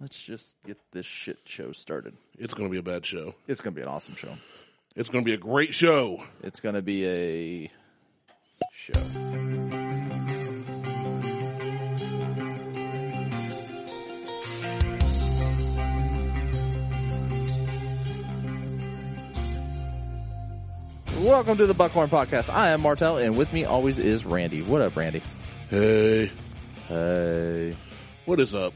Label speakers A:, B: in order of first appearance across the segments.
A: Let's just get this shit show started.
B: It's going to be a bad show.
A: It's going to be an awesome show.
B: It's going to be a great show.
A: It's going to be a show. Welcome to the Buckhorn Podcast. I am Martel, and with me always is Randy. What up, Randy?
B: Hey,
A: Hey.
B: what is up?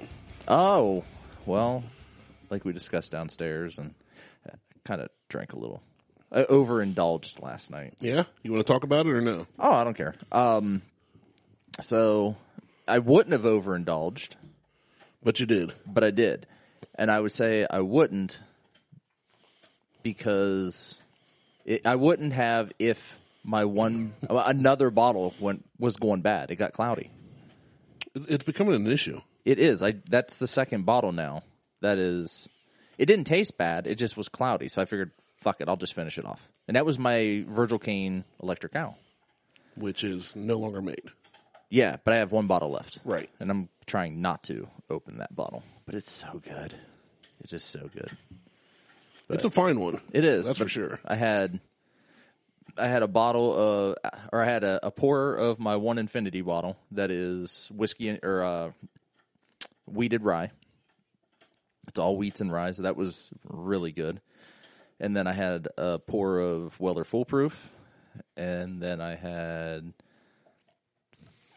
A: Oh, well, like we discussed downstairs, and kind of drank a little. I overindulged last night.
B: Yeah, you want to talk about it or no?
A: Oh, I don't care. Um, so I wouldn't have overindulged,
B: But you did.
A: but I did, and I would say I wouldn't because it, I wouldn't have if my one another bottle went was going bad. It got cloudy.
B: It- It's becoming an issue.
A: It is. I that's the second bottle now. That is it didn't taste bad, it just was cloudy, so I figured fuck it, I'll just finish it off. And that was my Virgil Cane electric owl.
B: which is no longer made.
A: Yeah, but I have one bottle left.
B: Right.
A: And I'm trying not to open that bottle. But it's so good. It's just so good.
B: It's a fine one.
A: It is.
B: That's for
A: but
B: sure.
A: I had I had a bottle of or I had a, a pourer of my one infinity bottle that is whiskey and- or uh weeded rye. It's all wheats and rye, so that was really good. And then I had a pour of Weller Foolproof, and then I had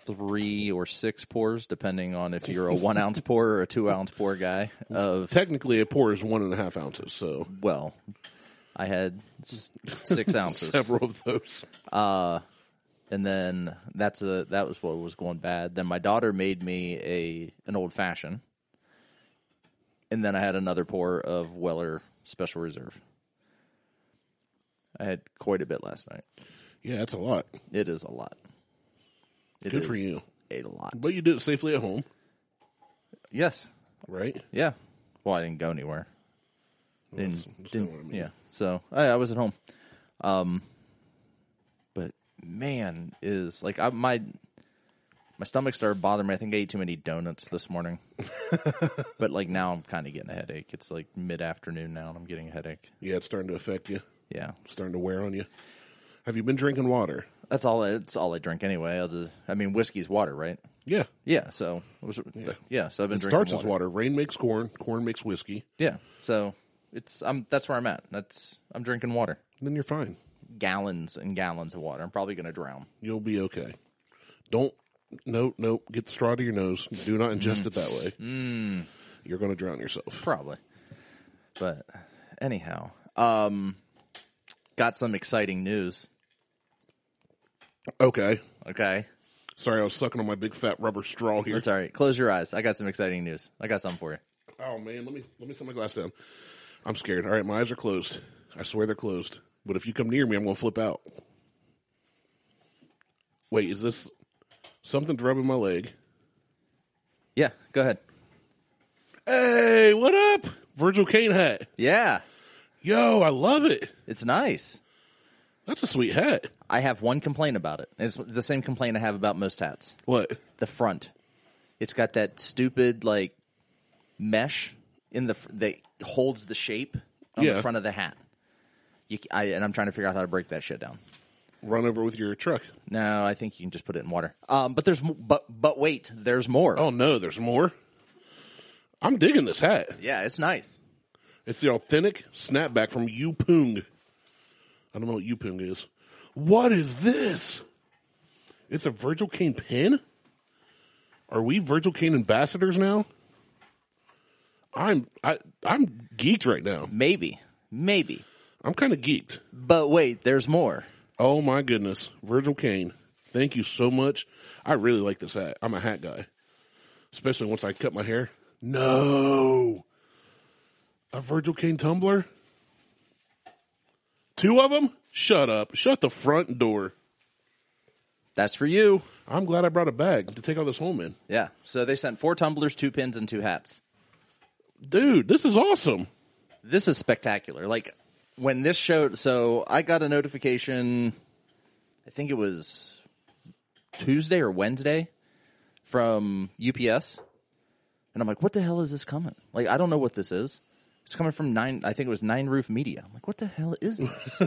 A: three or six pours, depending on if you're a one ounce pour or a two ounce pour guy. Of
B: Technically, a pour is one and a half ounces, so
A: well, I had s- six ounces,
B: several of those.
A: and then that's a that was what was going bad. Then my daughter made me a an old fashioned, and then I had another pour of Weller Special Reserve. I had quite a bit last night.
B: Yeah, that's a lot.
A: It is a lot. It
B: Good for
A: is
B: you.
A: A lot.
B: But you did it safely at home,
A: Yes.
B: right?
A: Yeah. Well, I didn't go anywhere.
B: That's-
A: Didn't,
B: that's kinda
A: didn't,
B: what I mean.
A: yeah. So I, I was at home. Um, but man, is like I, my my stomach started bothering me. I think I ate too many donuts this morning. but like now, I'm kind of getting a headache. It's like mid afternoon now, and I'm getting a headache.
B: Yeah, it's starting to affect you.
A: Yeah,
B: It's starting to wear on you. Have you been drinking water?
A: that's all. I- That's all I drink anyway. Other, I mean, whiskey's water, right?
B: Yeah.
A: Yeah. So it was, yeah. So I've been drinking
B: Starts as water. Rain makes corn. Corn makes whiskey.
A: Yeah. So it's I'm that's where I'm at. That's I'm drinking water.
B: and then you're fine.
A: Gallons and gallons of water. I'm probably gonna drown.
B: You'll be okay. Don't. No, no. Get the straw to your nose. Do not ingest it that way. You're going to drown yourself.
A: Probably. But anyhow. Um got some exciting news.
B: Okay.
A: Okay.
B: Sorry, I was sucking on my big fat rubber straw here.
A: That's all right. Close your eyes. I got some exciting news. I got something for you.
B: Oh man, let me let me set my glass down. I'm scared. All right, my eyes are closed. I swear they're closed. But if you come near me, I'm gonna flip out. Wait, is this something's rubbing my leg?
A: Yeah, go ahead.
B: Hey, what up? Virgil Kane hat.
A: Yeah.
B: Yo, I love it.
A: It's nice.
B: That's a sweet hat.
A: I have one complaint about it. It's the same complaint I have about most hats.
B: What?
A: the front. It's got that stupid like mesh in the fr- that holds the shape on
B: Yeah.
A: the front of the hat. You, c- I, and I'm trying to figure out how to break that shit down.
B: Run over with your truck.
A: No, I think you can just put it in water. Um, but there's mo- but but wait, there's more.
B: Oh no, there's more. I'm digging this hat.
A: yeah, it's nice.
B: It's the authentic snapback from Yupung. I don't know what Yupung is. What is this? It's a Virgil Kane pin? Are we Virgil Kane ambassadors now? I'm I I'm geeked right now.
A: Maybe, maybe.
B: I'm kind of geeked.
A: But wait, there's more.
B: Oh my goodness, Virgil Kane. Thank you so much. I really like this hat. I'm a hat guy. Especially once I cut my hair. No. A Virgil Kane tumbler? Two of them? Shut up. Shut the front door.
A: That's for you.
B: I'm glad I brought a bag to take all this home in.
A: Yeah. So they sent four tumblers, two pins, and two hats.
B: Dude, this is awesome.
A: this is spectacular. Like when this showed, so I got a notification. I think it was Tuesday or Wednesday from UPS, and And I'm like, what the hell is this coming? Like, I don't know what this is. It's coming from nine. I think it was Nine Roof Media. I'm like, what the hell is this?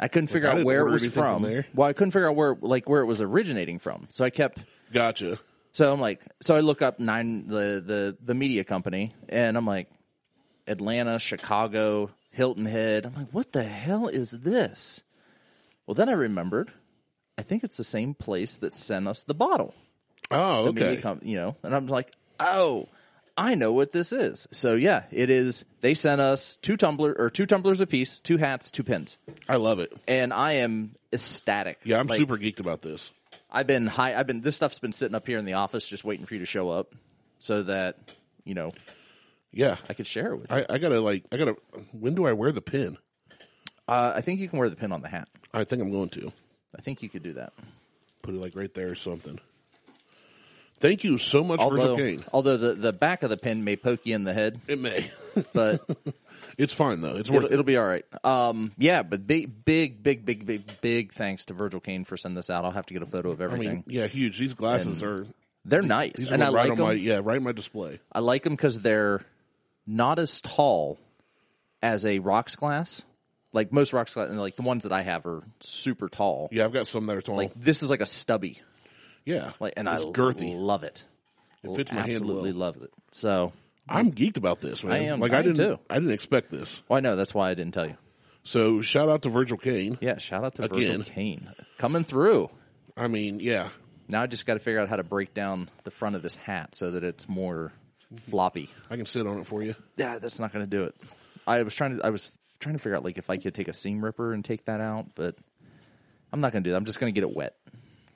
A: I couldn't figure
B: I
A: out
B: didn't
A: where it
B: order
A: was
B: anything
A: from.
B: from there.
A: Well, I couldn't figure out where like where it was originating from. So I kept
B: Gotcha.
A: so I'm like, so I look up nine the the the media company, and I'm like, Atlanta, Chicago, Hilton Head. I'm like, what the hell is this? Well, then I remembered. I think it's the same place that sent us the bottle.
B: Oh,
A: the media
B: okay.
A: com- you know, and I'm like, oh, I know what this is. So yeah, it is. They sent us two tumbler or two tumblers apiece, two hats, two pins,
B: I love it.
A: and I am ecstatic.
B: Yeah, I'm
A: Like,
B: super geeked about this.
A: I've been high. I've been this stuff's been sitting up here in the office, just waiting for you to show up, so that you know
B: Yeah,
A: I could share it with. you.
B: I, I gotta like, I gotta. When do I wear the pin?
A: Uh, I think you can wear the pin on the hat.
B: I think I'm going to
A: I think you could do that.
B: put it like right there or something. Thank you so much, Virgil
A: Although,
B: Kane.
A: although the, the back of the pin may poke you in the head,
B: It may.
A: but
B: it's fine though. It's worth
A: it'll,
B: it.
A: it'll be all right. Um, yeah, but big, big, big, big, big, big thanks to Virgil Kane for sending this out. I'll have to get a photo of
B: I
A: everything.
B: mean, yeah, huge. These glasses are.
A: they're nice,
B: These
A: and
B: are
A: I
B: right
A: like
B: on
A: them.
B: my yeah, right on my display.
A: I like them because they're not as tall as a rocks glass. Like most rocks glass, like the ones that I have are super tall.
B: Yeah, I've got some that are tall.
A: Like this is like a stubby.
B: yeah,
A: Like and
B: it's
A: I
B: girthy.
A: love it.
B: It fits my hand
A: Absolutely
B: well.
A: love it. So
B: I'm geeked about this, man.
A: I am.
B: Like
A: I
B: I,
A: am,
B: didn't.
A: too.
B: I didn't expect this.
A: well, I know that's why I didn't tell you.
B: So shout out to Virgil Kane.
A: Yeah, shout out to
B: Again.
A: Virgil Kane coming through.
B: I mean, yeah,
A: Now I just got to figure out how to break down the front of this hat so that it's more floppy.
B: I can sit on it for you.
A: Yeah, that's not going to do it. I was trying to I was trying to figure out like if I could take a seam ripper and take that out, but I'm not going to do that. I'm just going to get it wet.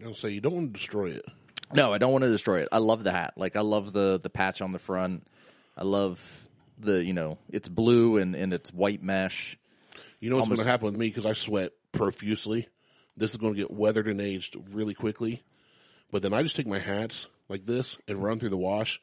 B: I'll say you don't want to destroy it.
A: No, I don't want to destroy it. I love the hat. Like I love the the patch on the front. I love the you know it's blue and and it's white mesh.
B: You know what's going to happen with me because I sweat profusely. This is going to get weathered and aged really quickly. But then I just take my hats like this and run through the wash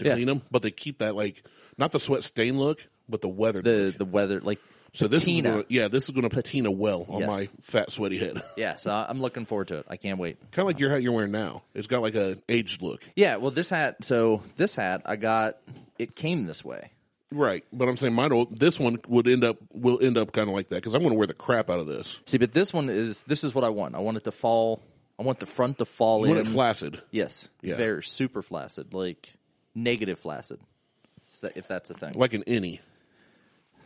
B: to
A: Yeah.
B: clean 'em. clean them. But they keep that like not the sweat stain look, but the weathered.
A: The the weather like
B: so this
A: patina.
B: is gonna, yeah, this is going to patina well on
A: Yes.
B: my fat sweaty head.
A: yeah, so I'm looking forward to it. I can't wait.
B: kind of like your hat you're wearing now. It's got like a aged look,
A: Yeah, well this hat. So this hat I got. It came this way.
B: right? But I'm saying mine. Will, this one would end up will end up kind of like that because I'm going to wear the crap out of this.
A: See, but this one is this is what I want. I want it to fall. I want the front to fall
B: You
A: in.
B: want it flaccid?
A: Yes,
B: Yeah.
A: very super flaccid, like negative flaccid. Is that- If that's a thing,
B: like an innie.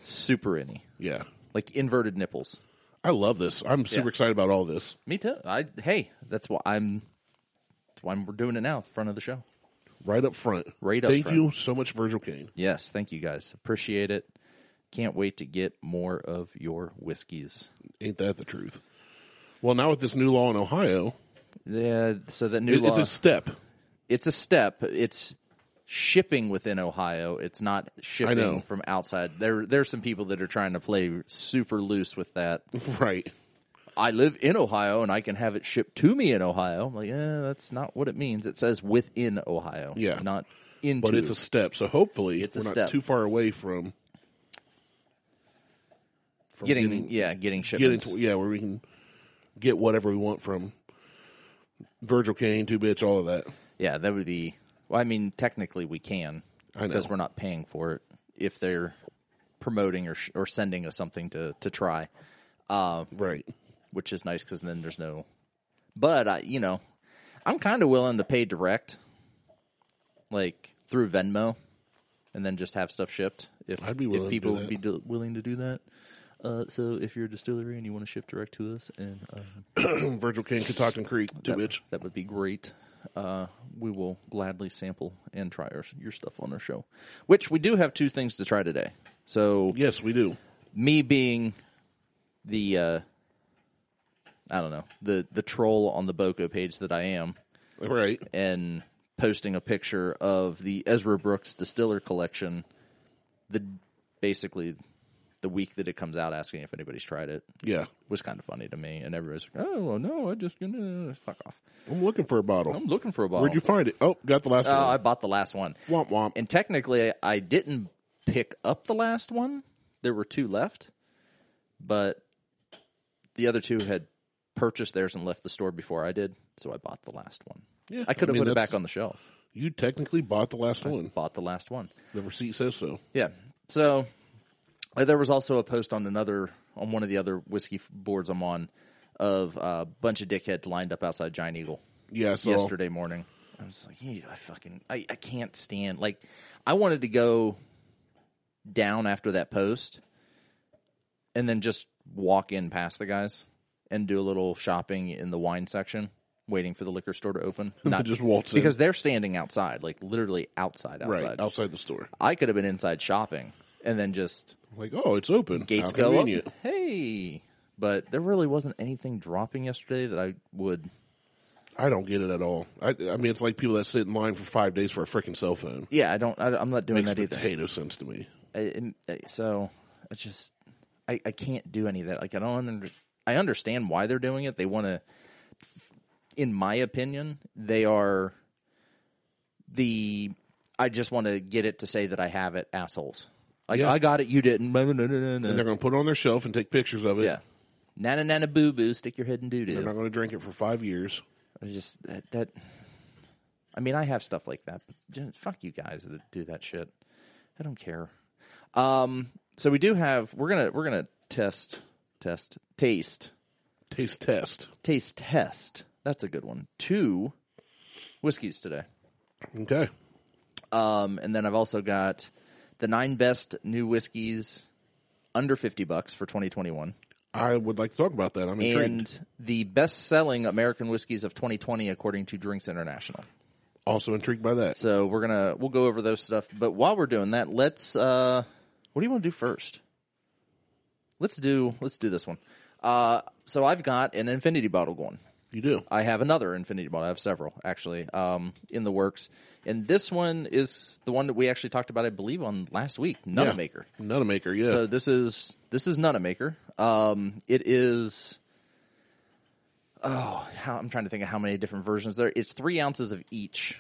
A: super any,
B: Yeah,
A: like inverted nipples.
B: I love this. I'm super
A: Yeah.
B: excited about all this.
A: Me too. I hey, that's why I'm. That's why we're doing it now, front of the show.
B: right up front.
A: Right up
B: Thank
A: front.
B: you so much, Virgil Kane.
A: Yes, thank you guys. Appreciate it. Can't wait to get more of your whiskeys.
B: Ain't that the truth? Well, now with this new law in Ohio,
A: Yeah, so that new
B: it-
A: law,
B: it's a step.
A: it's a step. It's shipping within Ohio. It's not
B: know.
A: shipping from outside. There there's some people that are trying to play super loose with that.
B: Right.
A: I live in Ohio and I can have it shipped to me in Ohio. I'm like, yeah, that's not what it means. It says within Ohio.
B: Yeah.
A: Not into
B: But it's a step. So hopefully
A: It's a
B: we're not
A: step.
B: too far away from, from
A: getting, yeah, getting
B: getting
A: shipments.
B: to, yeah, where we can get whatever we want from Virgil Kane, two bitch, all of that.
A: yeah, that would be well, I mean, technically we can
B: I know.
A: because we're not paying for it if they're promoting or sh- or sending us something to to try.
B: Right.
A: which is nice because then there's no. But I, you know, I'm kind of willing to pay direct, like through Venmo, and then just have stuff shipped. If
B: I'd be
A: if
B: willing to
A: people
B: do
A: would
B: that.
A: be do- willing to do that. Uh, so if you're a distillery and you want to ship direct to us, and uh,
B: Virgil Kane, Catoctin Creek, two
A: that,
B: bitch.
A: that would be great. Uh, we will gladly sample and try our, your stuff on our show, which we do have two things to try today. So
B: Yes, we do.
A: me being the uh I don't know, the the troll on the Boco page that I am
B: Right.
A: and posting a picture of the Ezra Brooks distiller collection the basically the week that it comes out asking if anybody's tried it
B: Yeah.
A: was kind of funny to me and everybody's like, "Oh, well, no, I just gonna fuck off.
B: I'm looking for a bottle.
A: I'm looking for a bottle."
B: Where'd you find it? Oh, got the last
A: Oh, I
B: one.
A: bought the last one.
B: Womp womp.
A: And technically, I didn't pick up the last one. There were two left, but the other two had purchased theirs and left the store before I did, so I bought the last one.
B: Yeah,
A: I could
B: I
A: have
B: mean,
A: put it
B: that's-
A: back on the shelf.
B: You technically bought the last one.
A: Bought the last one.
B: The receipt says so.
A: Yeah. So uh, there was also a post on another on one of the other whiskey f- boards I'm on of a bunch of dickheads lined up outside Giant Eagle
B: Yeah, so
A: yesterday morning. I was like, "Yeah, I fucking I, I can't stand like I wanted to go down after that post and then just walk in past the guys and do a little shopping in the wine section waiting for the liquor store to open. Not
B: just waltz in.
A: because they're standing outside, like literally outside outside.
B: right outside the store.
A: I could have been inside shopping and then just
B: Like, oh, it's open.
A: gates
B: How
A: go up.
B: convenient.
A: Hey, but there really wasn't anything dropping yesterday that I would.
B: I don't get it at all. I, I mean, it's like people that sit in line for five days for a freaking cell phone.
A: Yeah, I don't. I, I'm not doing
B: Makes
A: that either.
B: potato sense to me.
A: I- I- so I just I, I can't do any of that. Like I don't. Under, I understand why they're doing it. They want to. In my opinion, they are the. I just want to get it to say that I have it, assholes. Like
B: Yeah.
A: I got it, you didn't. No, no, no, no, no.
B: And they're going to put it on their shelf and take pictures of it.
A: Yeah. Nana nana boo boo, stick your head in doo
B: They're
A: doo.
B: not going to drink it for five years.
A: I just that, that. I mean, I have stuff like that, but just, fuck you guys that do that shit. I don't care. Um, so we do have. We're gonna we're gonna test test taste
B: Taste test.
A: taste test. That's a good one. Two whiskeys today.
B: Okay.
A: Um, and then I've also got the nine best new whiskeys under fifty bucks for twenty twenty one.
B: I would like to talk about that. I'm intrigued.
A: and the best selling American whiskeys of 2020 according to Drinks International.
B: also intrigued by that.
A: So we're gonna we'll go over those stuff. But while we're doing that, let's uh what do you want to do first? Let's do let's do this one. Uh so I've got an infinity bottle going.
B: You do.
A: I have another infinity bottle. I have several actually um in the works. And this one is the one that we actually talked about, I believe, on last week, Nutmaker. Maker.
B: Nut maker, yeah.
A: So this is this is not a maker. Um, it is. Oh, how, I'm trying to think of how many different versions there. It's three ounces of each,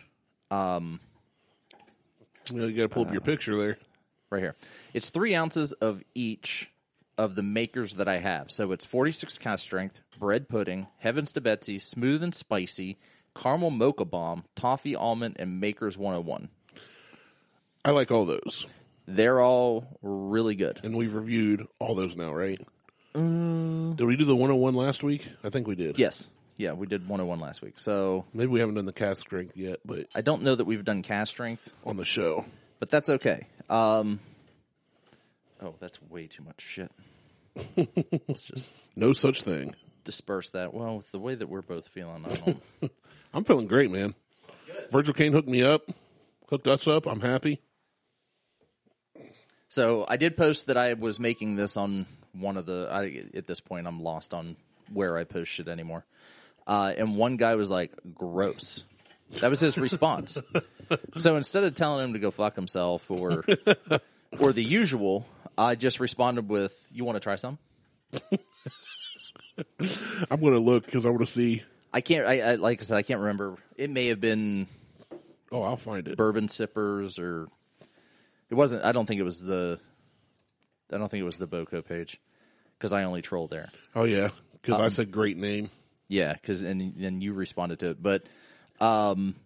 B: you know, you got to pull up
A: Uh,
B: your picture there.
A: right here. It's three ounces of each of the makers that I have. So it's 46 cast strength, bread pudding, heavens to Betsy, smooth and spicy, caramel mocha bomb, toffee almond, and makers 101.
B: I like all those.
A: They're all really good.
B: And we've reviewed all those now, right? Did we do the 101 last week? I think we did.
A: Yes, yeah, we did 101 last week, so
B: Maybe we haven't done the cast strength yet, but
A: I don't know that we've done cast strength.
B: on the show.
A: but that's okay. Um, oh, that's way too much shit. Let's just
B: No such thing.
A: disperse that. Well, with the way that we're both feeling, I don't.
B: I'm feeling great, man. Virgil Kane hooked me up, hooked us up. I'm happy.
A: so I did post that I was making this on one of the. I, at this point, I'm lost on where I post shit anymore. Uh, and one guy was like, "Gross." That was his response. so instead of telling him to go fuck himself or or the usual, I just responded with, "You want to try some?"
B: I'm going to look because I want to see.
A: I can't. I, I like I said, I can't remember. It may have been
B: Oh, I'll find it.
A: bourbon sippers or it wasn't i don't think it was the i don't think it was the boco page because i only troll there
B: Oh, yeah. Because I said great name.
A: yeah because and then you responded to it but um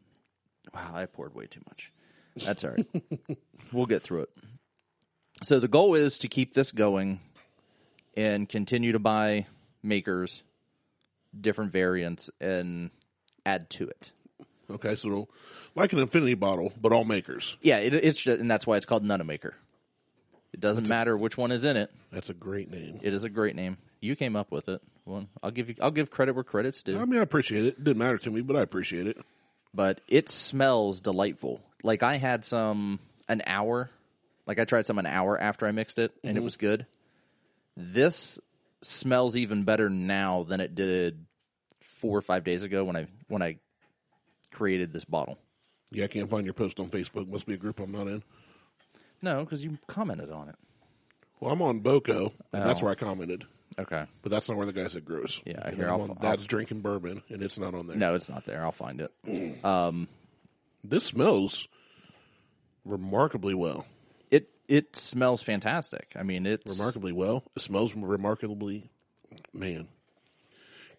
A: wow i poured way too much that's all right we'll get through it so the goal is to keep this going and continue to buy makers different variants and add to it
B: Okay, so it'll- like an infinity bottle, but all makers.
A: yeah it, it's just, and that's why it's called none a maker it doesn't matter which one is in it
B: That's a great name.
A: It is a great name. You came up with it. Well, I'll give you. I'll give credit where credits due.
B: I mean, I appreciate it. It didn't matter to me, but I appreciate it.
A: but it smells delightful. Like I had some an hour. Like I tried some an hour after I mixed it, and it was good. This smells even better now than it did four or five days ago when I when I created this bottle.
B: Yeah, I can't find your post on Facebook. Must be a group I'm not in.
A: No, because you commented on it.
B: Well, I'm on Boco, and that's where I commented.
A: Okay.
B: But that's not where the guy said gross.
A: Yeah,
B: And
A: here,
B: I'm
A: I'll-
B: on
A: I'll-
B: Dad's drinking bourbon, and it's not on there.
A: No, it's not there. I'll find it.
B: This smells remarkably well.
A: It it smells fantastic. I mean, it's
B: Remarkably well. It smells remarkably. Man,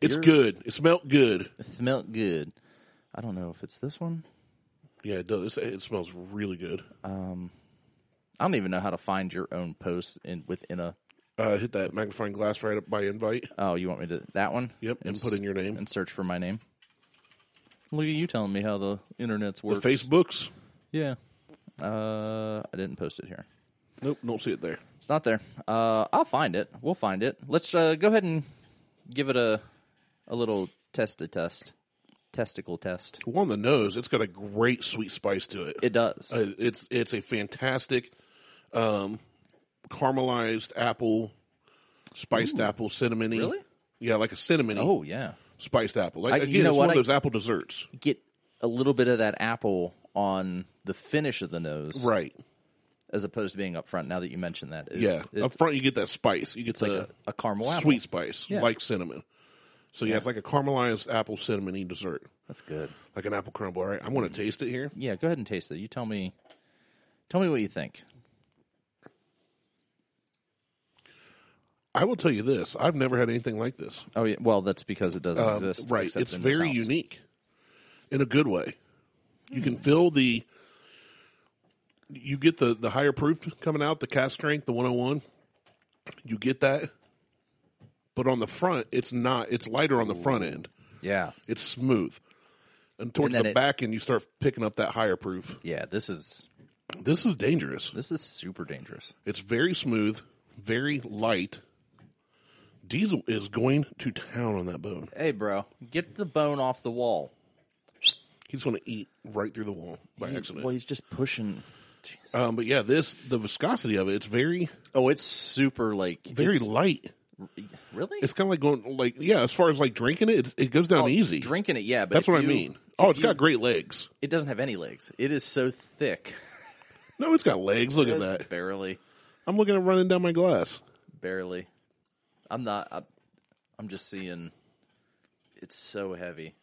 B: it's
A: You're-
B: good. It smelled good.
A: It smelled good. I don't know if it's this one.
B: Yeah, it does. It smells really good.
A: I don't even know how to find your own post in within a.
B: Uh, hit that magnifying glass right up by invite.
A: Oh, you want me to that one?
B: Yep, and put in your name.
A: and search for my name. Look at you telling me how the internet's
B: The
A: works.
B: Facebooks.
A: Yeah. Uh, I didn't post it here.
B: Nope, don't see it there.
A: It's not there. Uh, I'll find it. We'll find it. Let's uh, go ahead and give it a a little test to test, testicle test.
B: Well, on the nose, it's got a great sweet spice to it.
A: It does.
B: Uh, it's it's a fantastic um, caramelized apple, spiced apple, cinnamony.
A: Really?
B: Yeah, like a cinnamony
A: oh yeah.
B: spiced apple. Like,
A: I-
B: again,
A: you know
B: it's
A: what?
B: one
A: I-
B: of those apple desserts.
A: Get a little bit of that apple on the finish of the nose,
B: Right.
A: as opposed to being up front. Now that you mention that, it's,
B: Yeah.
A: it's
B: Up front, you get that spice. You get
A: like
B: the
A: a, a caramel apple.
B: sweet spice,
A: Yeah.
B: like cinnamon. So yeah, it's like a caramelized apple cinnamony dessert,
A: That's good.
B: like an apple crumble. All right, I'm
A: Mm.
B: going to taste it here.
A: Yeah, go ahead and taste it. You tell me. Tell me what you think.
B: I will tell you this: I've never had anything like this.
A: Oh yeah. Well, that's because it doesn't
B: Um,
A: exist.
B: right?
A: except
B: It's
A: in this
B: very
A: house.
B: unique, in a good way. You can feel the. You get the the higher proof coming out, the cast strength, the 101. You get that, but on the front, it's not. It's lighter on the front end.
A: Yeah.
B: It's smooth, and towards
A: then
B: the
A: it-
B: back end, you start picking up that higher proof.
A: Yeah. This is
B: This is dangerous.
A: this is super dangerous.
B: It's very smooth, very light. Diesel is going to town on that bone.
A: Hey, bro, get the bone off the wall.
B: He's going to eat right through the wall by
A: He-
B: accident.
A: Well, he's just pushing.
B: Um, but yeah, this the viscosity of it. It's very
A: Oh, it's super like
B: very
A: it's-
B: light.
A: really
B: It's kind of like going like yeah. As far as like drinking it, it's, it goes down
A: Oh,
B: easy.
A: drinking it. Yeah, but
B: That's
A: if
B: what I
A: you-
B: mean. Oh,
A: if
B: it's
A: you-
B: got great legs.
A: It doesn't have any legs. It is so thick.
B: No, it's got legs. Look at that.
A: Barely,
B: I'm looking at running down my glass.
A: barely. I'm not. I, I'm just seeing. It's so heavy.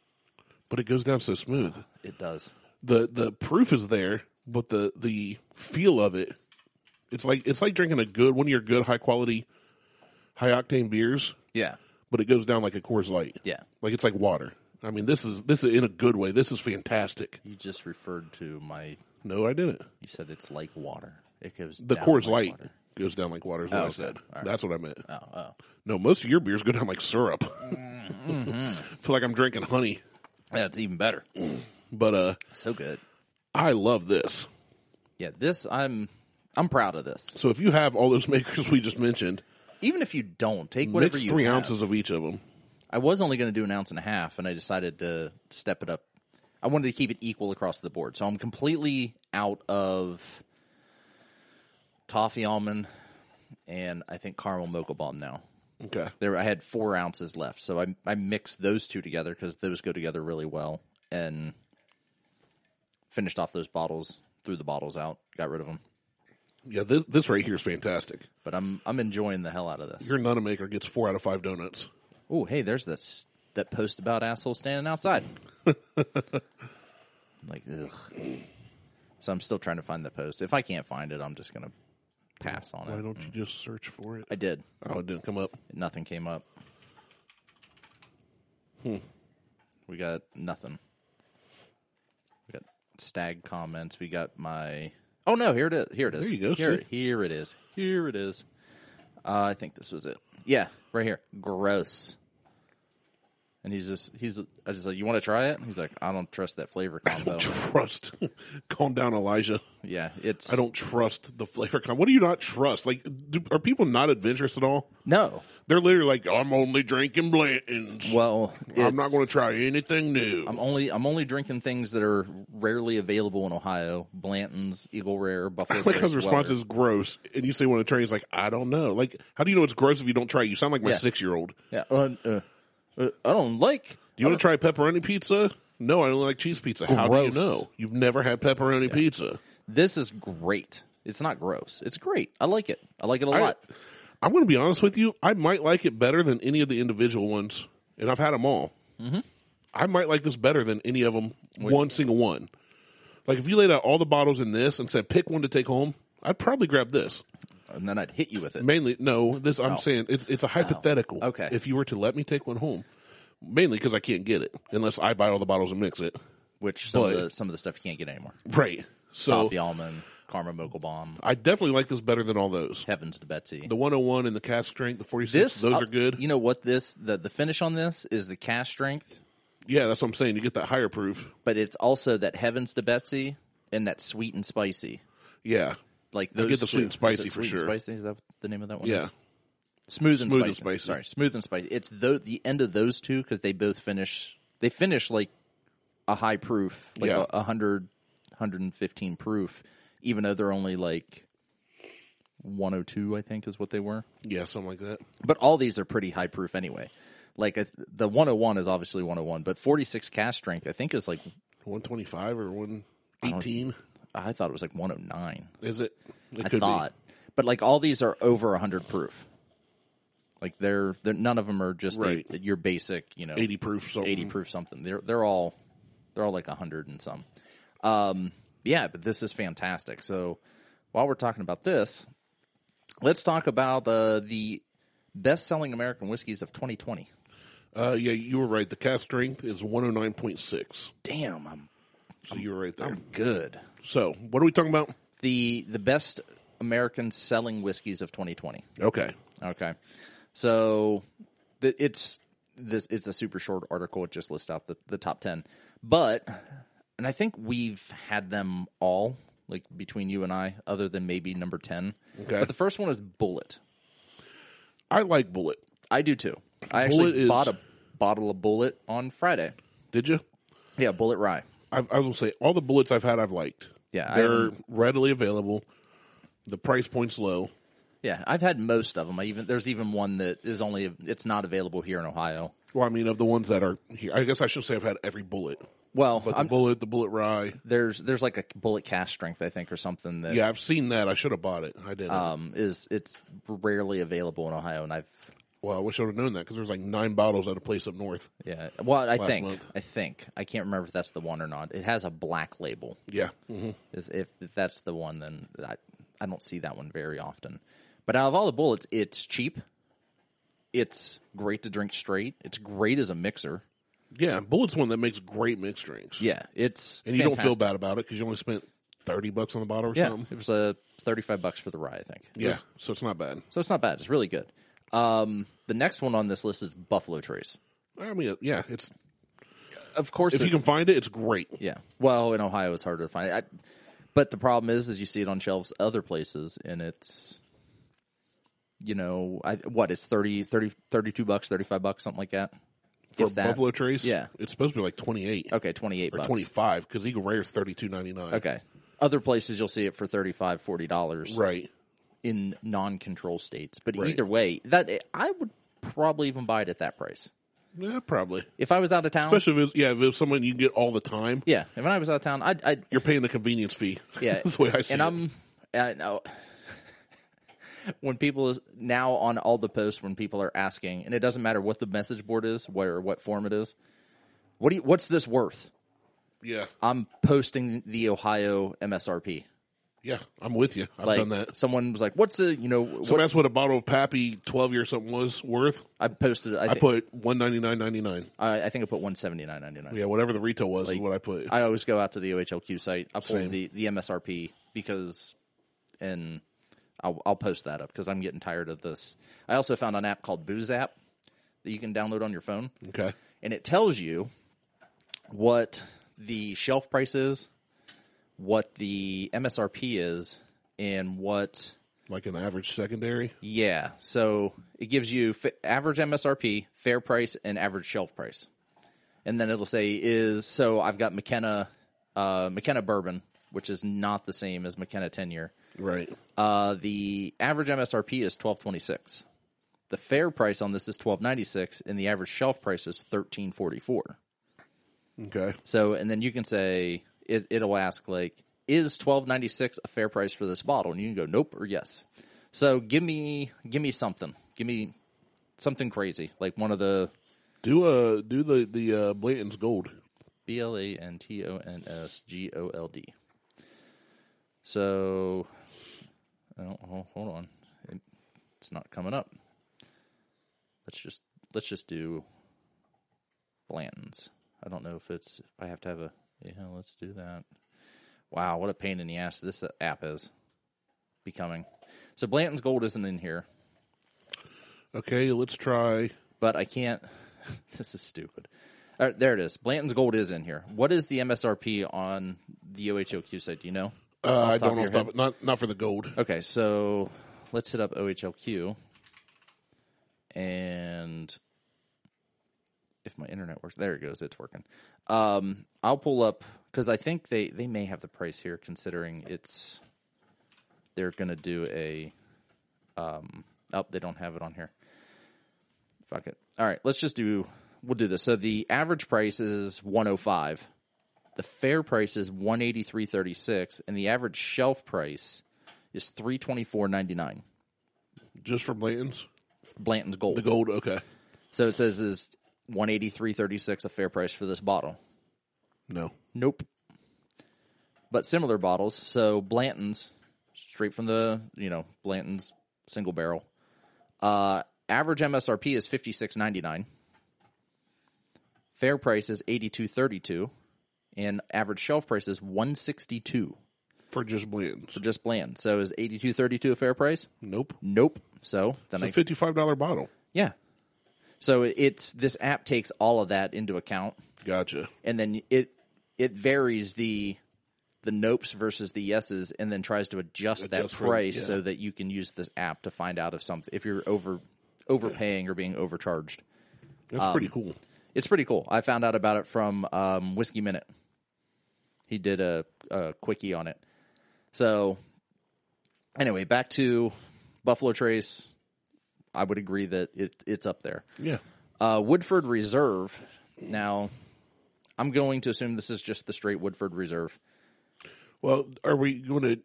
B: But it goes down so smooth.
A: It does.
B: The the proof is there, but the the feel of it, it's like it's like drinking a good one of your good high quality, high octane beers,
A: Yeah.
B: but it goes down like a Coors Light.
A: Yeah.
B: Like it's like water. I mean, this is this is in a good way. This is fantastic.
A: You just referred to my.
B: No, I didn't.
A: You said it's like water. It goes
B: The
A: down
B: Coors
A: like
B: Light
A: water.
B: goes down like water is what
A: Oh,
B: I
A: okay.
B: said.
A: All right.
B: That's what I meant.
A: Oh, oh,
B: No, most of your beers go down like syrup.
A: Mm-hmm.
B: Feel like I'm drinking honey.
A: that's even better.
B: But uh
A: So good.
B: I love this.
A: Yeah, this I'm. I'm proud of this.
B: So if you have all those makers we just mentioned,
A: Even if you don't, take whatever
B: mix
A: you
B: three
A: have.
B: ounces of each of them.
A: I was only going to do an ounce and a half, and I decided to step it up. I wanted to keep it equal across the board, so I'm completely out of toffee almond and I think caramel mocha bomb now.
B: Okay.
A: There, I had four ounces left, so I I mixed those two together because those go together really well, and finished off those bottles, threw the bottles out, got rid of them.
B: Yeah, this this right here is fantastic.
A: But I'm I'm enjoying the hell out of this.
B: Your nut maker gets four out of five donuts.
A: Oh, hey, there's that s- that post about asshole standing outside. like, ugh. So I'm still trying to find the post. If I can't find it, I'm just gonna pass on
B: Why
A: it.
B: don't you just search for it?
A: I did.
B: Oh, it didn't come up.
A: Nothing came up. Hmm.
B: Hmm.
A: We got nothing. We got stag comments. We got my. Oh no! Here it is. Here it is.
B: There you go,
A: Here,
B: see?
A: here it is. Here it is. Uh, I think this was it. Yeah, right here. Gross. And he's just he's. I just like, you want to try it? He's like, I don't trust that flavor combo.
B: Trust. Calm down, Elijah.
A: yeah, it's.
B: I don't trust the flavor. con- What do you not trust? Like, do, are people not adventurous at all?
A: No.
B: They're literally like, I'm only drinking Blantons.
A: Well,
B: I'm not
A: it's-
B: going to try anything new.
A: I'm only I'm only drinking things that are rarely available in Ohio: Blanton's, Eagle Rare, Buffalo.
B: like his
A: Trace,
B: response
A: Weller.
B: is gross, and you say one of the trains like, I don't know. Like, how do you know it's gross if you don't try? it? You sound like my
A: Yeah.
B: six year old.
A: yeah, uh, uh, uh, I don't like.
B: Do you want to try pepperoni pizza? No, I don't like cheese pizza. How do you
A: Gross.
B: know? You've never had pepperoni pizza.
A: This is great. It's not gross. It's great. I like it. I like it a lot.
B: I'm going to be honest with you. I might like it better than any of the individual ones, and I've had them all. Mm-hmm. I might like this better than any of them, one single one. Like if you laid out all the bottles in this and said pick one to take home, I'd probably grab this.
A: And then I'd hit you with it.
B: Mainly, no. This I'm saying it's it's a hypothetical.
A: Oh. Okay.
B: If you were to let me take one home, mainly because I can't get it unless I buy all the bottles and mix it.
A: which some
B: But-
A: of the some of the stuff you can't get anymore.
B: Right. So
A: Coffee almond, Karma Mocha Bomb,
B: I definitely like this better than all those.
A: Heavens to Betsy.
B: The 101 and the cast strength, the 46,
A: this
B: those
A: uh,
B: are good.
A: You know what? This the the finish on this is the cash strength,
B: yeah, that's what I'm saying. You get that higher proof.
A: but it's also that Heavens to Betsy and that sweet and spicy.
B: Yeah.
A: Like
B: get
A: those
B: the sweet and
A: two. Is
B: spicy
A: it
B: for
A: sweet and
B: sure.
A: spicy is that the name of that one?
B: Yeah.
A: smooth and
B: Smooth
A: spicy.
B: and spicy.
A: Sorry, smooth and spicy. It's tho- the end of those two because they both finish. They finish like a high proof, like
B: Yeah.
A: a, a hundred, hundred and fifteen proof, even though they're only like one hundred two. I think is what they were.
B: Yeah, something like that.
A: But all these are pretty high proof anyway. Like I th- the one hundred one is obviously one hundred one, but forty six cast strength I think is like
B: 125 or 118.
A: I thought it was like one hundred nine.
B: Is it? It
A: I thought, but like all these are over hundred proof. Like they're they're none of them are just the-
B: Right. Mm-hmm.
A: your basic you know
B: be 80 proof something.
A: 80 proof something. They're they're all they're all like 100 and some. Um yeah, but this is fantastic. So while we're talking about this, let's talk about uh, the best-selling American whiskeys of 2020.
B: Uh, yeah, you were right. The cast strength is 109.6.
A: Damn, I'm
B: So you were right there.
A: good.
B: So what are we talking about?
A: The the best American selling whiskeys of 2020.
B: Okay.
A: Okay. So th- it's this it's a super short article. It just lists out the, the top ten. But and I think we've had them all, like between you and I, other than maybe number ten.
B: Okay.
A: But the first one is Bullet.
B: I like Bullet.
A: I do too. I
B: Bullet
A: actually
B: is-
A: bought a bottle of Bullet on Friday.
B: Did you?
A: Yeah, Bullet Rye.
B: I, I will say all the bullets I've had, I've liked.
A: Yeah, I
B: they're readily available. The price point's low.
A: Yeah, I've had most of them. I even there's even one that is only it's not available here in Ohio.
B: Well, I mean, of the ones that are here, I guess I should say I've had every bullet.
A: Well,
B: But the
A: I'm-
B: bullet, the bullet rye.
A: there's there's like a bullet cash strength I think or something that
B: Yeah, I've seen that. I should have bought it. I didn't.
A: um, is it's rarely available in Ohio, and I've
B: well, I wish I would have known that because there's like nine bottles at a place up north.
A: yeah. Well, I think
B: month.
A: I think I can't remember if that's the one or not. It has a black label.
B: Yeah. hmm
A: Is if, if that's the one, then I I don't see that one very often. But out of all the bullets, it's cheap. It's great to drink straight. It's great as a mixer.
B: Yeah, bullet's one that makes great mixed drinks.
A: Yeah, it's
B: and you don't feel
A: fantastic.
B: bad about it because you only spent thirty bucks on the bottle or
A: Yeah,
B: something.
A: it was uh, thirty five bucks for the rye, I think. It
B: Yeah,
A: was-
B: so it's not bad.
A: so it's not bad. It's really good. Um, the next one on this list is Buffalo Trace.
B: I mean, yeah, it's
A: Of course,
B: if you
A: it's-
B: can find it, it's great.
A: Yeah. Well, in Ohio, it's harder to find. I, but the problem is, is you see it on shelves other places, and it's, you know, I, what it's 30, 30, 32 bucks, thirty five bucks, something like that.
B: For
A: If that.
B: Buffalo Trace,
A: Yeah.
B: it's supposed to be like twenty eight
A: Okay, twenty eight
B: or
A: bucks.
B: twenty five because Eagle Rare is thirty two ninety nine.
A: Okay. Other places you'll see it for 35 dollars
B: right.
A: in non-control states. But
B: Right.
A: either way, that I would probably even buy it at that price
B: Yeah, probably.
A: if I was out of town.
B: Especially if it's, yeah, if it's someone you can get all the time,
A: yeah, if I was out of town, I'd, I'd
B: you're paying the convenience fee.
A: Yeah,
B: that's the way I see
A: and
B: it.
A: I'm I know when people is now on all the posts when people are asking, and it doesn't matter what the message board is, where what form it is. What do you, what's this worth?
B: yeah,
A: I'm posting the Ohio MSRP.
B: yeah, I'm with you. I've
A: Like
B: done that.
A: someone was like, "What's the you know?"
B: So
A: what's-
B: that's what a bottle of Pappy twelve year something was worth.
A: I posted. I,
B: I
A: think
B: put one ninety nine ninety nine.
A: I, I think I put one seventy nine ninety nine.
B: Yeah, whatever the retail was is what I put.
A: I always go out to the OHLQ site. I pull
B: Same.
A: the, the MSRP because, and I'll, I'll post that up because I'm getting tired of this. I also found an app called Booze App that you can download on your phone,
B: okay,
A: and it tells you what the shelf price is, what the MSRP is, and what
B: like an average secondary.
A: yeah. So it gives you fa- average MSRP, fair price, and average shelf price. And then it'll say is so I've got McKenna uh, McKenna bourbon, which is not the same as McKenna ten year.
B: Right.
A: Uh, the average MSRP is twelve twenty six. The fair price on this is twelve ninety six, and the average shelf price is thirteen forty four.
B: Okay.
A: So, and then you can say it, it'll ask like, is twelve ninety six a fair price for this bottle? And you can go nope or yes. So give me give me something, give me something crazy like one of the
B: Do uh do the the uh, Blanton's Gold.
A: B L A N T O N S G O L D. So, I don't, ho- hold on, It- it's not coming up. Let's just let's just do Blanton's. I don't know if it's if I have to have a Yeah, let's do that. Wow, what a pain in the ass this app is becoming. So Blanton's Gold isn't in here,
B: Okay, let's try.
A: but I can't. this is stupid. All right, there it is. Blanton's Gold is in here. What is the MSRP on the OHLQ site? Do you know?
B: Uh, I
A: top
B: don't know.
A: of
B: Off
A: your
B: top, of- not not for the gold.
A: Okay, so let's hit up OHLQ. And if my internet works, there it goes. It's working. Um, I'll pull up because I think they they may have the price here, considering it's they're going to do a. Um, oh, they don't have it on here. Fuck it. All right, let's just do. We'll do this. So the average price is one hundred five. The fair price is one eighty three thirty six, and the average shelf price is three twenty four ninety nine.
B: Just for Blanton's.
A: Blanton's gold.
B: The gold. Okay.
A: So it says is one eighty three thirty six a fair price for this bottle.
B: No.
A: Nope. But similar bottles. So Blanton's, straight from the you know Blanton's single barrel. Uh, average MSRP is fifty six ninety nine. Fair price is eighty two thirty two, and average shelf price is one sixty two
B: For just Blanton's.
A: for just bland. So is eighty two thirty two a fair price?
B: Nope.
A: Nope. So then I
B: A fifty-five dollar bottle.
A: yeah. So it's this app takes all of that into account
B: Gotcha.
A: and then it it varies the the nopes versus the yeses and then tries to adjust, that
B: Adjust for-
A: price
B: yeah.
A: so that you can use this app to find out if something if you're over overpaying or being overcharged
B: That's
A: Um,
B: pretty cool.
A: it's pretty cool i found out about it from um, whiskey minute he did a, a quickie on it so anyway back to buffalo trace i would agree that it, it's up there
B: Yeah.
A: uh, Woodford Reserve. Now, I'm going to assume this is just the straight Woodford Reserve.
B: Well, are we going to?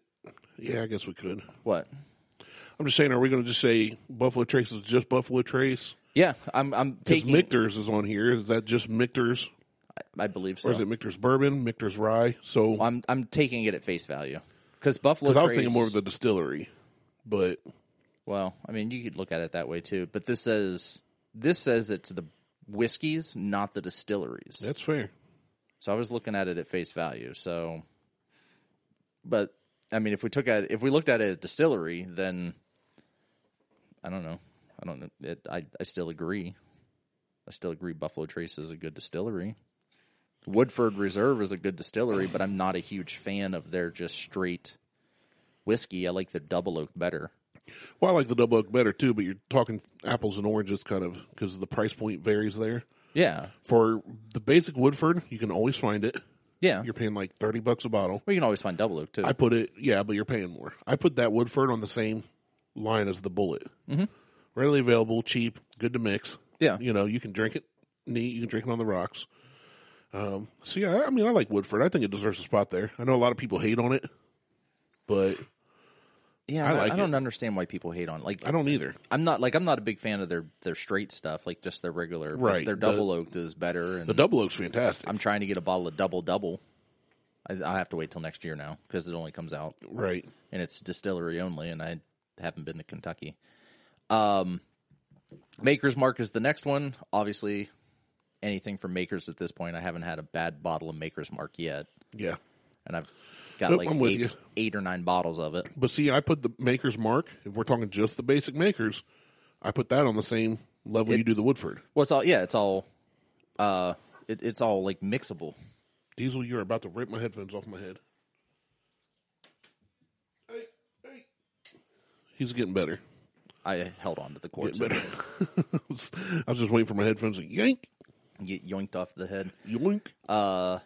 B: Yeah, I guess we could.
A: What?
B: I'm just saying, are we going to just say Buffalo Trace is just Buffalo Trace?
A: Yeah, I'm. I'm
B: Because
A: taking.
B: Michter's is on here. Is that just Michter's?
A: I believe
B: Or
A: so.
B: is it Michter's Bourbon, Michter's Rye? So
A: I'm. I'm taking it at face value because Buffalo.
B: 'cause I was
A: Trace-
B: thinking more of the distillery, but
A: Well, I mean, you could look at it that way too, but this says this says it's the whiskeys, not the distilleries.
B: that's fair.
A: So I was looking at it at face value. So, but I mean, if we took at if we looked at it at distillery, then I don't know. I don't know. It, I I still agree. I still agree. Buffalo Trace is a good distillery. Woodford Reserve is a good distillery, but I'm not a huge fan of their just straight whiskey. I like the double oak better.
B: Well, I like the double oak better too, but you're talking apples and oranges kind of because the price point varies there.
A: Yeah,
B: For the basic Woodford, you can always find it.
A: yeah.
B: You're paying like thirty bucks a bottle.
A: well, you can always find double oak too.
B: I put it, yeah, but you're paying more. I put that Woodford on the same line as the Bullet. Mm-hmm. Readily available, cheap, good to mix.
A: yeah,
B: You know, you can drink it neat. You can drink it on the rocks. Um, so yeah, I- I mean, I like Woodford. I think it deserves a spot there. I know a lot of people hate on it, but
A: yeah.
B: I
A: I,
B: like
A: I don't understand why people hate on like
B: I don't either.
A: I'm not like I'm not a big fan of their their straight stuff, like just their regular. but
B: Right.
A: Their
B: The-
A: double oaked is better, and
B: The double oak's fantastic,
A: I'm trying to get a bottle of double double. I, I have to wait till next year now because it only comes out
B: right?
A: and it's distillery only, and I haven't been to Kentucky. Um, Maker's Mark is the next one. Obviously, anything from Maker's at this point. I haven't had a bad bottle of Maker's Mark yet,
B: Yeah.
A: and I've got
B: Nope,
A: like
B: I'm with
A: eight,
B: you.
A: eight or nine bottles of it.
B: But see, I put the Maker's Mark. If we're talking just the basic Makers, I put that on the same level you do the Woodford.
A: Well, it's all yeah, it's all uh, it, it's all like mixable.
B: Diesel, you're about to rip my headphones off my head. Hey, hey. He's getting better.
A: I held on to the cords.
B: Getting better. I was I was just waiting for my headphones to yank,
A: get yoinked off the head.
B: yoink.
A: Uh,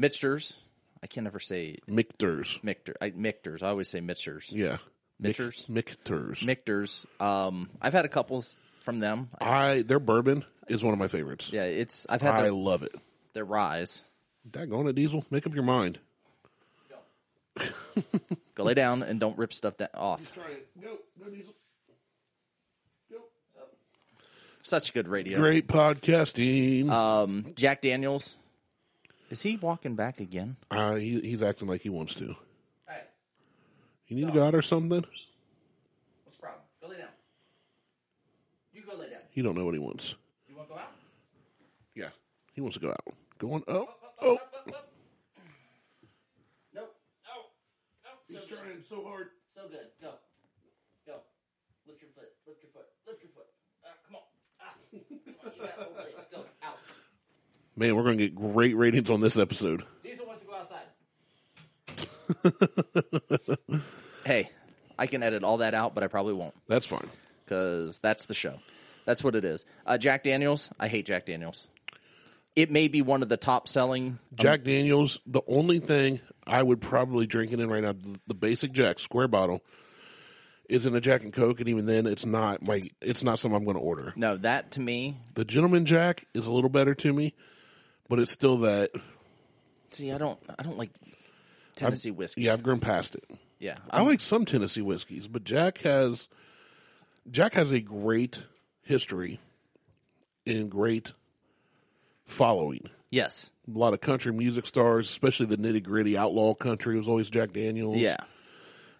A: Mitchers. I can never say
B: Mictors.
A: Micter. I, Micters. I always say Mitchers.
B: Yeah. Mic-
A: Mictors?
B: Mictors.
A: Micters. Um, I've had a couple s- from them. I-
B: I their bourbon is one of my favorites.
A: yeah, it's I've had
B: I
A: their,
B: love it.
A: their rise.
B: Daggone it, Diesel. Make up your mind.
A: Go lay down and don't rip stuff that off.
B: Try it. Go, go, Diesel. Go.
A: Such good radio.
B: Great podcasting.
A: Um, Jack Daniels. Is he walking back again?
B: Uh, he, he's acting like he wants to. You need to go out or something?
A: What's the problem? Go lay down. You go lay down.
B: He don't know what he wants.
A: You want to go out?
B: Yeah, he wants to go out. Go on. Oh, oh. He's trying so hard.
C: So good. Go. Go. Lift your foot. Lift your foot. Lift your foot. Ah, come on. Ah. Come on, you got little legs. Go. Out.
B: Man, we're going to get great ratings on this episode.
C: Diesel wants to go outside.
A: Hey, I can edit all that out, but I probably won't
B: That's fine.
A: because that's the show. That's what it is. Uh, Jack Daniels. I hate Jack Daniels. It may be one of the top selling.
B: Jack Daniels, the only thing I would probably drink it in right now, the, the basic Jack square bottle, is in a Jack and Coke, and even then, it's not my. It's not something I'm going to order.
A: No, that to me.
B: The Gentleman Jack is a little better to me, but it's still that.
A: See, I don't. I don't like Tennessee whiskey.
B: Yeah, I've grown past it.
A: Yeah, uh,
B: I like some Tennessee whiskeys, but Jack has Jack has a great history and great following.
A: yes.
B: A lot of country music stars, especially the nitty gritty outlaw country, was always Jack Daniels.
A: Yeah.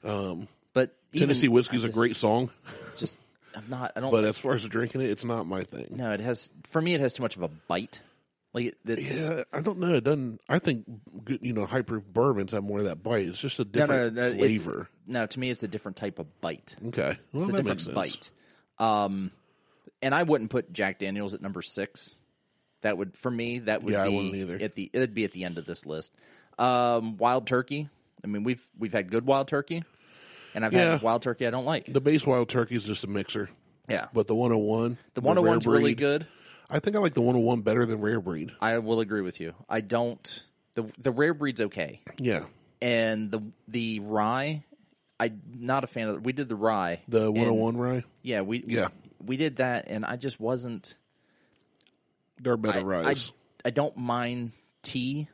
A: Um, but even-
B: Um, Tennessee whiskey's
A: I
B: a great song,
A: Just I'm not. I don't.
B: but uh, as far as drinking it, it's not my thing.
A: no, it has for me. It has too much of a bite. Like it, it's,
B: Yeah, I don't know. It doesn't. I think good, you know, high proof bourbons have more of that bite. It's just a
A: no, no,
B: different
A: no, it's-
B: flavor.
A: no, to me, it's a different type of bite.
B: Okay, well,
A: It's
B: that
A: a
B: makes
A: different
B: sense.
A: bite. Um, and I wouldn't put Jack Daniels at number six. That would for me. That would
B: Yeah, I
A: be
B: wouldn't either.
A: at the. It'd be at the end of this list. Um, wild turkey. I mean, we've we've had good wild turkey, and I've
B: Yeah.
A: had wild turkey I don't like.
B: The base wild turkey is just a mixer,
A: yeah,
B: but the 101,
A: the one hundred one's
B: rare
A: really
B: breed,
A: good.
B: I think I like the 101 better than Rare Breed.
A: I will agree with you. I don't. The the rare breed's okay,
B: Yeah.
A: and the the rye. I'm not a fan of. We did the rye.
B: The
A: and-
B: 101 rye.
A: yeah, we
B: Yeah.
A: we did that, and I just wasn't.
B: They're better
A: I, I,
B: ryes.
A: I don't mind tea,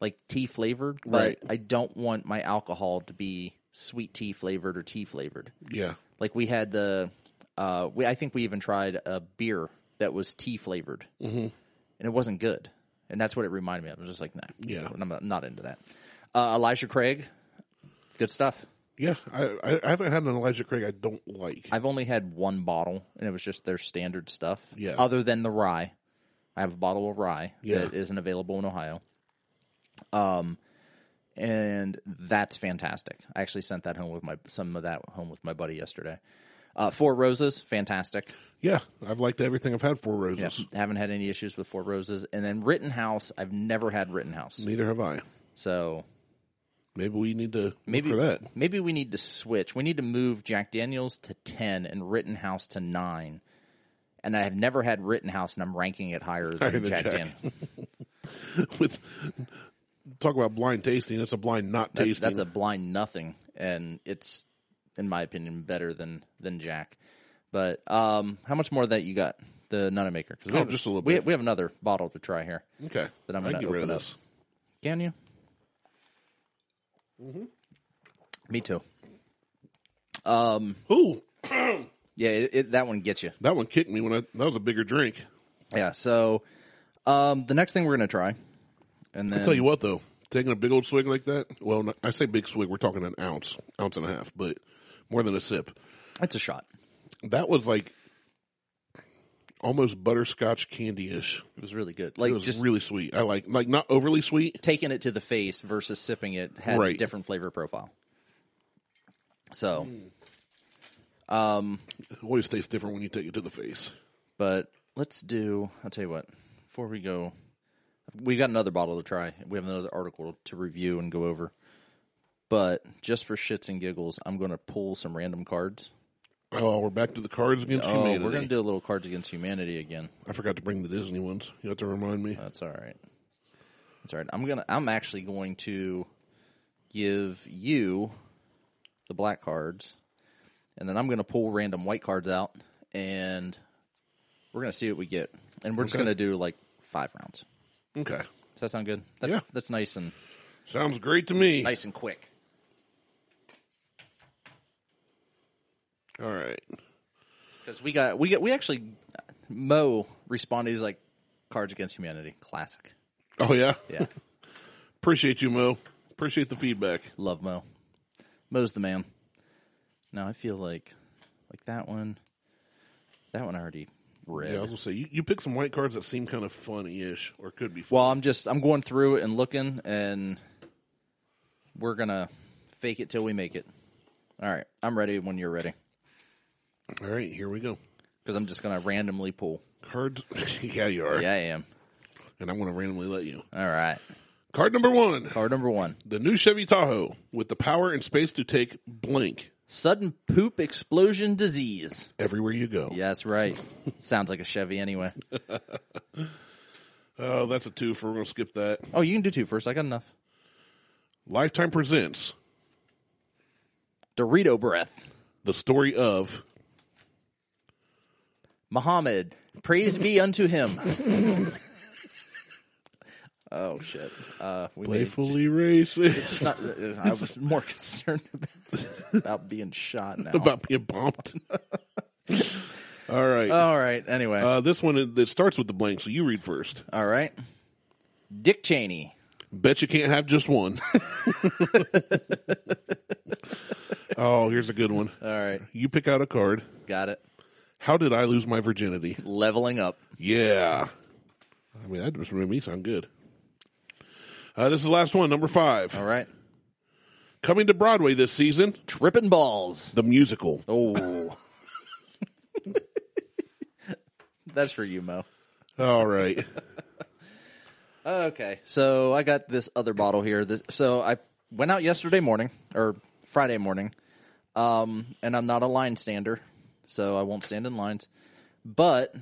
A: like tea flavored, but
B: Right.
A: I don't want my alcohol to be sweet tea flavored or tea flavored.
B: yeah.
A: Like we had the, uh, we I think we even tried a beer that was tea flavored, mm-hmm. and it wasn't good. And that's what it reminded me of. I was just like, nah,
B: Yeah.
A: I'm not, not into that. Uh, Elijah Craig, good stuff.
B: Yeah. I, I, I haven't had an Elijah Craig I don't like.
A: I've only had one bottle, and it was just their standard stuff.
B: Yeah.
A: Other than the rye, I have a bottle of rye
B: Yeah.
A: that isn't available in Ohio. Um, and that's fantastic. I actually sent that home with my some of that home with my buddy yesterday. Uh, Four Roses, fantastic.
B: yeah. I've liked everything I've had Four
A: Yeah,
B: Roses.
A: haven't had any issues with Four Roses, and then Rittenhouse. I've never had Rittenhouse,
B: Neither have I.
A: so
B: Maybe we need to
A: maybe
B: maybe for that.
A: maybe we need to switch. We need to move Jack Daniels to ten and Rittenhouse to nine. And I have never had Rittenhouse, and I'm ranking it higher than,
B: Higher than
A: Jack,
B: Jack.
A: Daniels.
B: With talk about blind tasting, that's a blind not
A: That-
B: tasting.
A: that's a blind nothing, and it's, in my opinion, better than than Jack. But um, how much more of that you got? The Nutty Maker? 'Cause we
B: Oh,
A: have-
B: just a little
A: We,
B: bit.
A: we have another bottle to try here.
B: okay.
A: That I'm
B: I can
A: gonna
B: get rid of
A: open up.
B: this.
A: Can you?
B: Mm-hmm.
A: Me too.
B: Ooh,
A: Yeah, it, it, that one gets you.
B: that one kicked me when I that was a bigger drink.
A: Yeah. So, um, the next thing we're gonna try, and then
B: I'll tell you what though, taking a big old swig like that. Well, not- I say big swig, we're talking an ounce, ounce and a half, but more than a sip.
A: it's a shot.
B: That was like almost butterscotch candy ish.
A: It was really good.
B: It
A: Like
B: was
A: just
B: really sweet. I like like not overly sweet.
A: taking it to the face versus sipping it had a
B: Right.
A: different flavor profile. So,
B: It always tastes different when you take it to the face.
A: but let's do. I'll tell you what. Before we go, we got another bottle to try. We have another article to review and go over. But just for shits and giggles, I'm going to pull some random cards.
B: Oh, we're back to the cards against
A: Oh,
B: humanity.
A: we're going to do a little Cards Against Humanity again.
B: I forgot to bring the Disney ones. You have to remind me.
A: That's all right. That's all right. I'm gonna. I'm actually going to give you the black cards, and then I'm gonna pull random white cards out, and we're gonna see what we get. And we're just
B: Okay.
A: gonna do like five rounds.
B: Okay,
A: Does that sound good? That's
B: Yeah.
A: that's nice and
B: sounds great to me.
A: nice and quick.
B: All right.
A: Because we got we got we actually Mo responded. He's like Cards Against Humanity, classic.
B: Oh yeah.
A: Yeah,
B: Appreciate you, Mo. Appreciate the feedback.
A: love Mo. Mo's the man. Now I feel like like that one. That one I already read.
B: Yeah, I was gonna say you, you pick some white cards that seem kind of funny ish or could be funny.
A: Well, I'm just I'm going through it and looking, and we're gonna fake it till we make it. All right, I'm ready when you're ready
B: All right, here we go.
A: because I'm just gonna randomly pull.
B: Cards. yeah, you are.
A: Yeah, I am.
B: And I'm going to randomly let you.
A: All right,
B: Card number one
A: card number one.
B: the new Chevy Tahoe with the power and space to take blank
A: Sudden poop explosion disease.
B: everywhere you go.
A: Yeah, that's right. Sounds like a Chevy anyway.
B: Oh, that's a two for. We're going to skip that.
A: Oh, you can do two first. I got enough.
B: Lifetime presents
A: Dorito breath.
B: the story of.
A: Muhammad, praise be unto him. oh shit! Uh, we may have just-
B: Playfully racist.
A: it's not, uh, I was more concerned about, about being shot now.
B: About being bumped. All right.
A: All right. Anyway.
B: Uh, this one it, it starts with the blank, so you read first.
A: All right. Dick Cheney.
B: Bet you can't have just one. oh, here's a good one.
A: All right.
B: You pick out a card.
A: Got it.
B: How did I lose my virginity?
A: Leveling up.
B: Yeah. I mean, that just made me sound good. Uh, this is the last one, number five.
A: All right.
B: Coming to Broadway this season,
A: Tripping balls.
B: the musical.
A: Oh. That's for you, Mo.
B: All right.
A: Okay. So I got this other bottle here. This- So I went out yesterday morning or Friday morning, um, and I'm not a line stander, so I won't stand in lines. But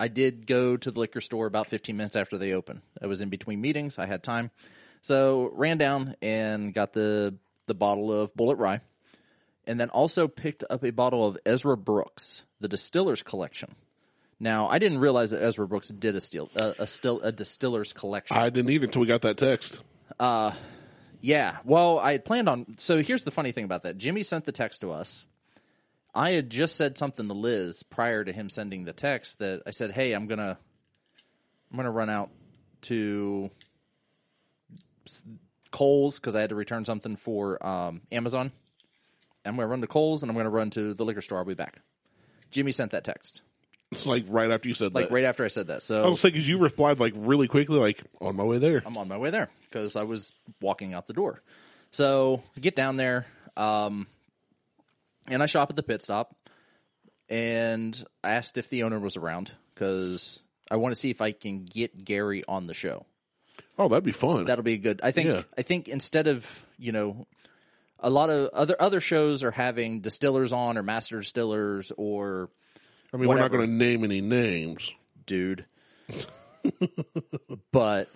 A: I did go to the liquor store about 15 minutes after they opened. I was in between meetings. I had time, so ran down and got the the bottle of Bullet Rye, and then also picked up a bottle of Ezra Brooks, the Distillers Collection. Now I didn't realize that Ezra Brooks did a steel a, a still a Distillers Collection.
B: I didn't either until we got that text.
A: Yeah. Well, I had planned on. So here's the funny thing about that. Jimmy sent the text to us. I had just said something to Liz prior to him sending the text that I said, "Hey, I'm gonna, I'm gonna run out to s- Kohl's because I had to return something for um, Amazon. I'm gonna run to Kohl's and I'm gonna run to the liquor store. I'll be back." Jimmy sent that text
B: It's like right after you said
A: like
B: that.
A: right after I said that. So
B: I was thinking you replied like really quickly, like on my way there.
A: I'm on my way there because I was walking out the door. So get down there, um, and I shop at the pit stop, and I asked if the owner was around because I want to see if I can get Gary on the show.
B: Oh, that'd be fun.
A: That'll be a good. I think.
B: Yeah.
A: I think instead of you know, a lot of other other shows are having distillers on or master distillers or
B: I mean, we're not
A: whatever.
B: going to name any names.
A: dude, but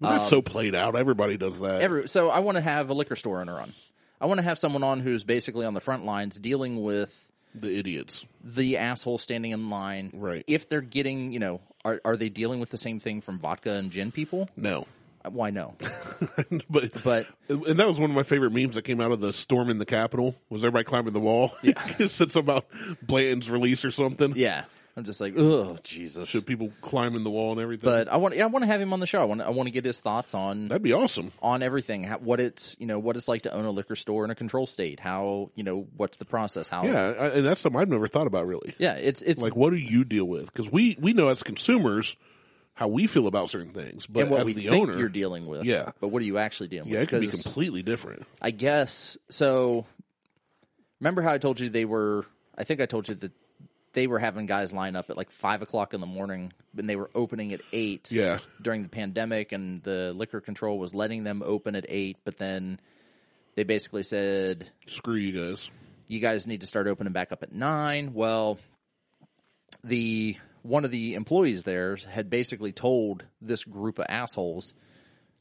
B: That's so played out. Everybody does that.
A: Um, every so I want to have a liquor store owner on. I want to have someone on who's basically on the front lines dealing with
B: the idiots.
A: the asshole standing in line.
B: Right.
A: If they're getting, you know, are are they dealing with the same thing from vodka and gin people?
B: No.
A: Why no?
B: but
A: But
B: and that was one of my favorite memes that came out of the storm in the Capitol. Was everybody climbing the wall? Yeah, it said something about Blanton's release or something.
A: yeah, I'm just like, oh Jesus.
B: Should people climbing the wall and everything?
A: But I want yeah, I want to have him on the show. I want I want to get his thoughts on
B: That'd be awesome.
A: on everything. How, what it's you know what it's like to own a liquor store in a control state. How you know what's the process? How
B: Yeah, I, and that's something I've never thought about really.
A: yeah. It's it's
B: Like, what do you deal with? Because we we know as consumers how we feel about certain things, but
A: and what
B: as
A: we
B: the
A: think
B: owner,
A: you're dealing with.
B: Yeah.
A: But what are you actually dealing
B: yeah, it
A: with?
B: can be
A: 'Cause-
B: completely different.
A: I guess so. Remember how I told you they were? I think I told you that they were having guys line up at like five o'clock in the morning, and they were opening at eight.
B: Yeah,
A: During the pandemic, and the liquor control was letting them open at eight, but then they basically said
B: screw you guys.
A: you guys need to start opening back up at nine. Well, the one of the employees there had basically told this group of assholes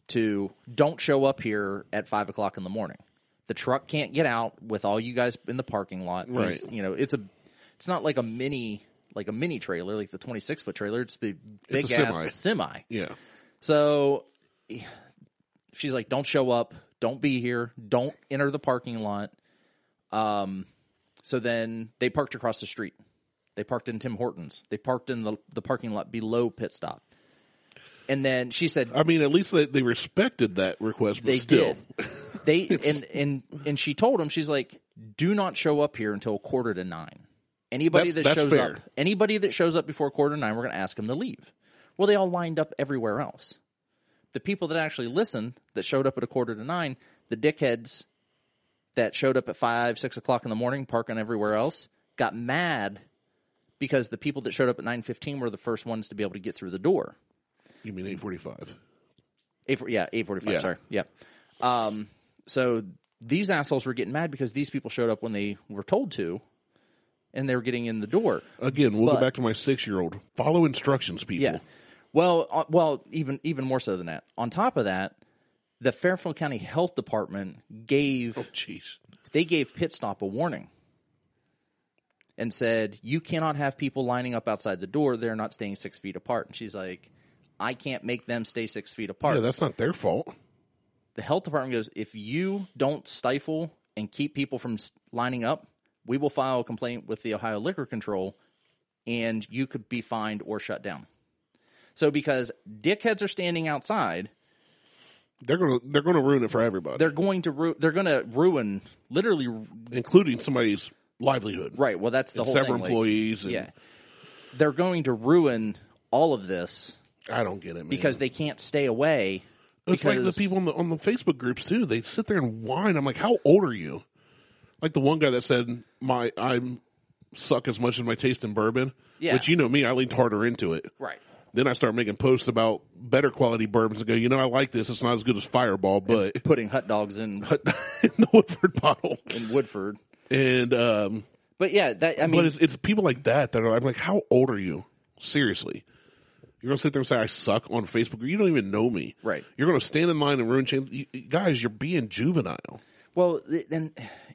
A: to don't show up here at five o'clock in the morning. The truck can't get out with all you guys in the parking lot. 'cause,
B: Right.
A: You know, it's a it's not like a mini like a mini trailer, like the twenty six foot trailer. It's the big
B: a
A: ass semi.
B: Yeah,
A: So she's like, "Don't show up. Don't be here. Don't enter the parking lot." Um, so then they parked across the street. They parked in Tim Hortons. They parked in the the parking lot below pit stop. And then she said,
B: I mean, at least they, they respected that request. But
A: "They
B: still,
A: did. They and and and she told him, she's like, do not show up here until quarter to nine. Anybody that
B: That's- that's
A: shows
B: fair.
A: up, anybody that shows up before quarter to nine, we're going to ask them to leave." Well, they all lined up everywhere else. the people that actually listened that showed up at a quarter to nine, the dickheads that showed up at five, six o'clock in the morning, parking everywhere else, got mad because the people that showed up at nine fifteen were the first ones to be able to get through the door.
B: You mean 845?
A: Eight, yeah, eight forty-five.
B: Yeah.
A: Sorry, yeah. Um, so these assholes were getting mad because these people showed up when they were told to, and they were getting in the door.
B: Again, we'll
A: But-
B: go back to my six year old. Follow instructions, people.
A: Yeah. Well, uh, well, even even more so than that. On top of that, the Fairfield County Health Department gave
B: Jeez.
A: they gave pit stop a warning and said you cannot have people lining up outside the door. They're not staying six feet apart. And she's like, I can't make them stay six feet apart.
B: Yeah, that's not their fault.
A: the health department goes, if you don't stifle and keep people from s- lining up, we will file a complaint with the Ohio Liquor Control and you could be fined or shut down. So, because dickheads are standing outside,
B: They're gonna they're gonna ruin it for everybody,
A: they're going to ru- they're going to ruin literally
B: including somebody's livelihood.
A: right. Well, that's the whole
B: Several
A: thing. like,
B: employees. And
A: yeah, they're going to ruin all of this
B: I don't get it, man.
A: because they can't stay away.
B: It's like the
A: because-
B: people on the on the Facebook groups too. They sit there and whine. I'm like, how old are you? Like the one guy that said, "My I'm suck as much as my taste in bourbon."
A: Yeah.
B: Which you know me, I leaned harder into it.
A: right.
B: Then I start making posts about better quality bourbons and go, you know, I like this. It's not as good as Fireball, but
A: Putting hot dogs in,
B: in the Woodford bottle.
A: in Woodford,
B: And um,
A: but yeah, that I mean,
B: but it's it's people like that that are. I'm like, how old are you? Seriously, you're gonna sit there and say I suck on Facebook? You don't even know me,
A: Right.
B: You're gonna stand in line and ruin change. You, you- guys, you're being juvenile.
A: Well, th- then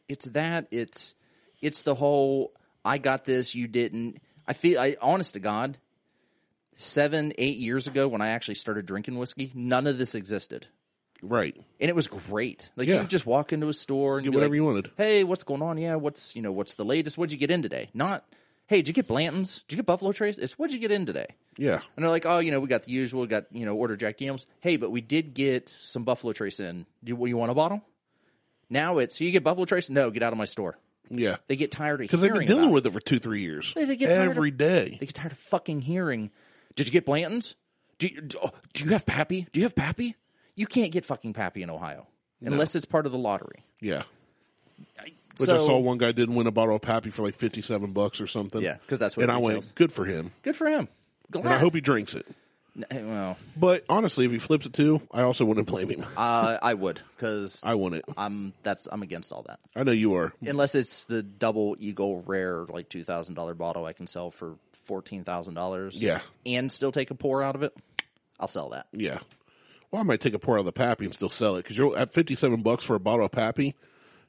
A: it's that it's it's the whole I got this, you didn't. I feel I honest to God, seven eight years ago when I actually started drinking whiskey, none of this existed,
B: Right.
A: and it was great. Like you
B: Yeah.
A: would just walk into a store and
B: Get
A: be
B: whatever
A: like,
B: you wanted.
A: Hey, what's going on? Yeah, what's you know what's the latest? What'd you get in today? Not hey, did you get Blanton's? Did you get Buffalo Trace? It's what'd you get in today?
B: Yeah.
A: And they're like, oh, you know, we got the usual, we got, you know, order Jack Daniels. Hey, but we did get some Buffalo Trace in. Do you, you want a bottle? Now it's, you get Buffalo Trace? No, get out of my store.
B: Yeah.
A: They get tired of
B: Because
A: hearing
B: they've been dealing
A: about
B: with it for two, three years.
A: They- they get tired of-
B: every day.
A: They get tired of fucking hearing, did you get Blanton's? Do you, do, oh, do you have Pappy? Do you have Pappy? You can't get fucking Pappy in Ohio unless it's part of the lottery.
B: yeah. Which I
A: So-
B: saw one guy did win a bottle of Pappy for like fifty-seven bucks or something.
A: Yeah, 'cause that's what
B: And
A: it
B: I
A: retails.
B: went, good for him.
A: Good for him.
B: And I
A: Glad.
B: hope he drinks it.
A: N- well,
B: But honestly, if he flips it too, I also wouldn't blame him.
A: uh, I would because
B: I want it.
A: I'm that's I'm against all that.
B: I know you are.
A: unless it's the double eagle rare like two thousand dollar bottle I can sell for fourteen thousand dollars.
B: Yeah.
A: and still take a pour out of it. I'll sell that.
B: Yeah. Well, I might take a pour out of the Pappy and still sell it because you're at 57 bucks for a bottle of Pappy.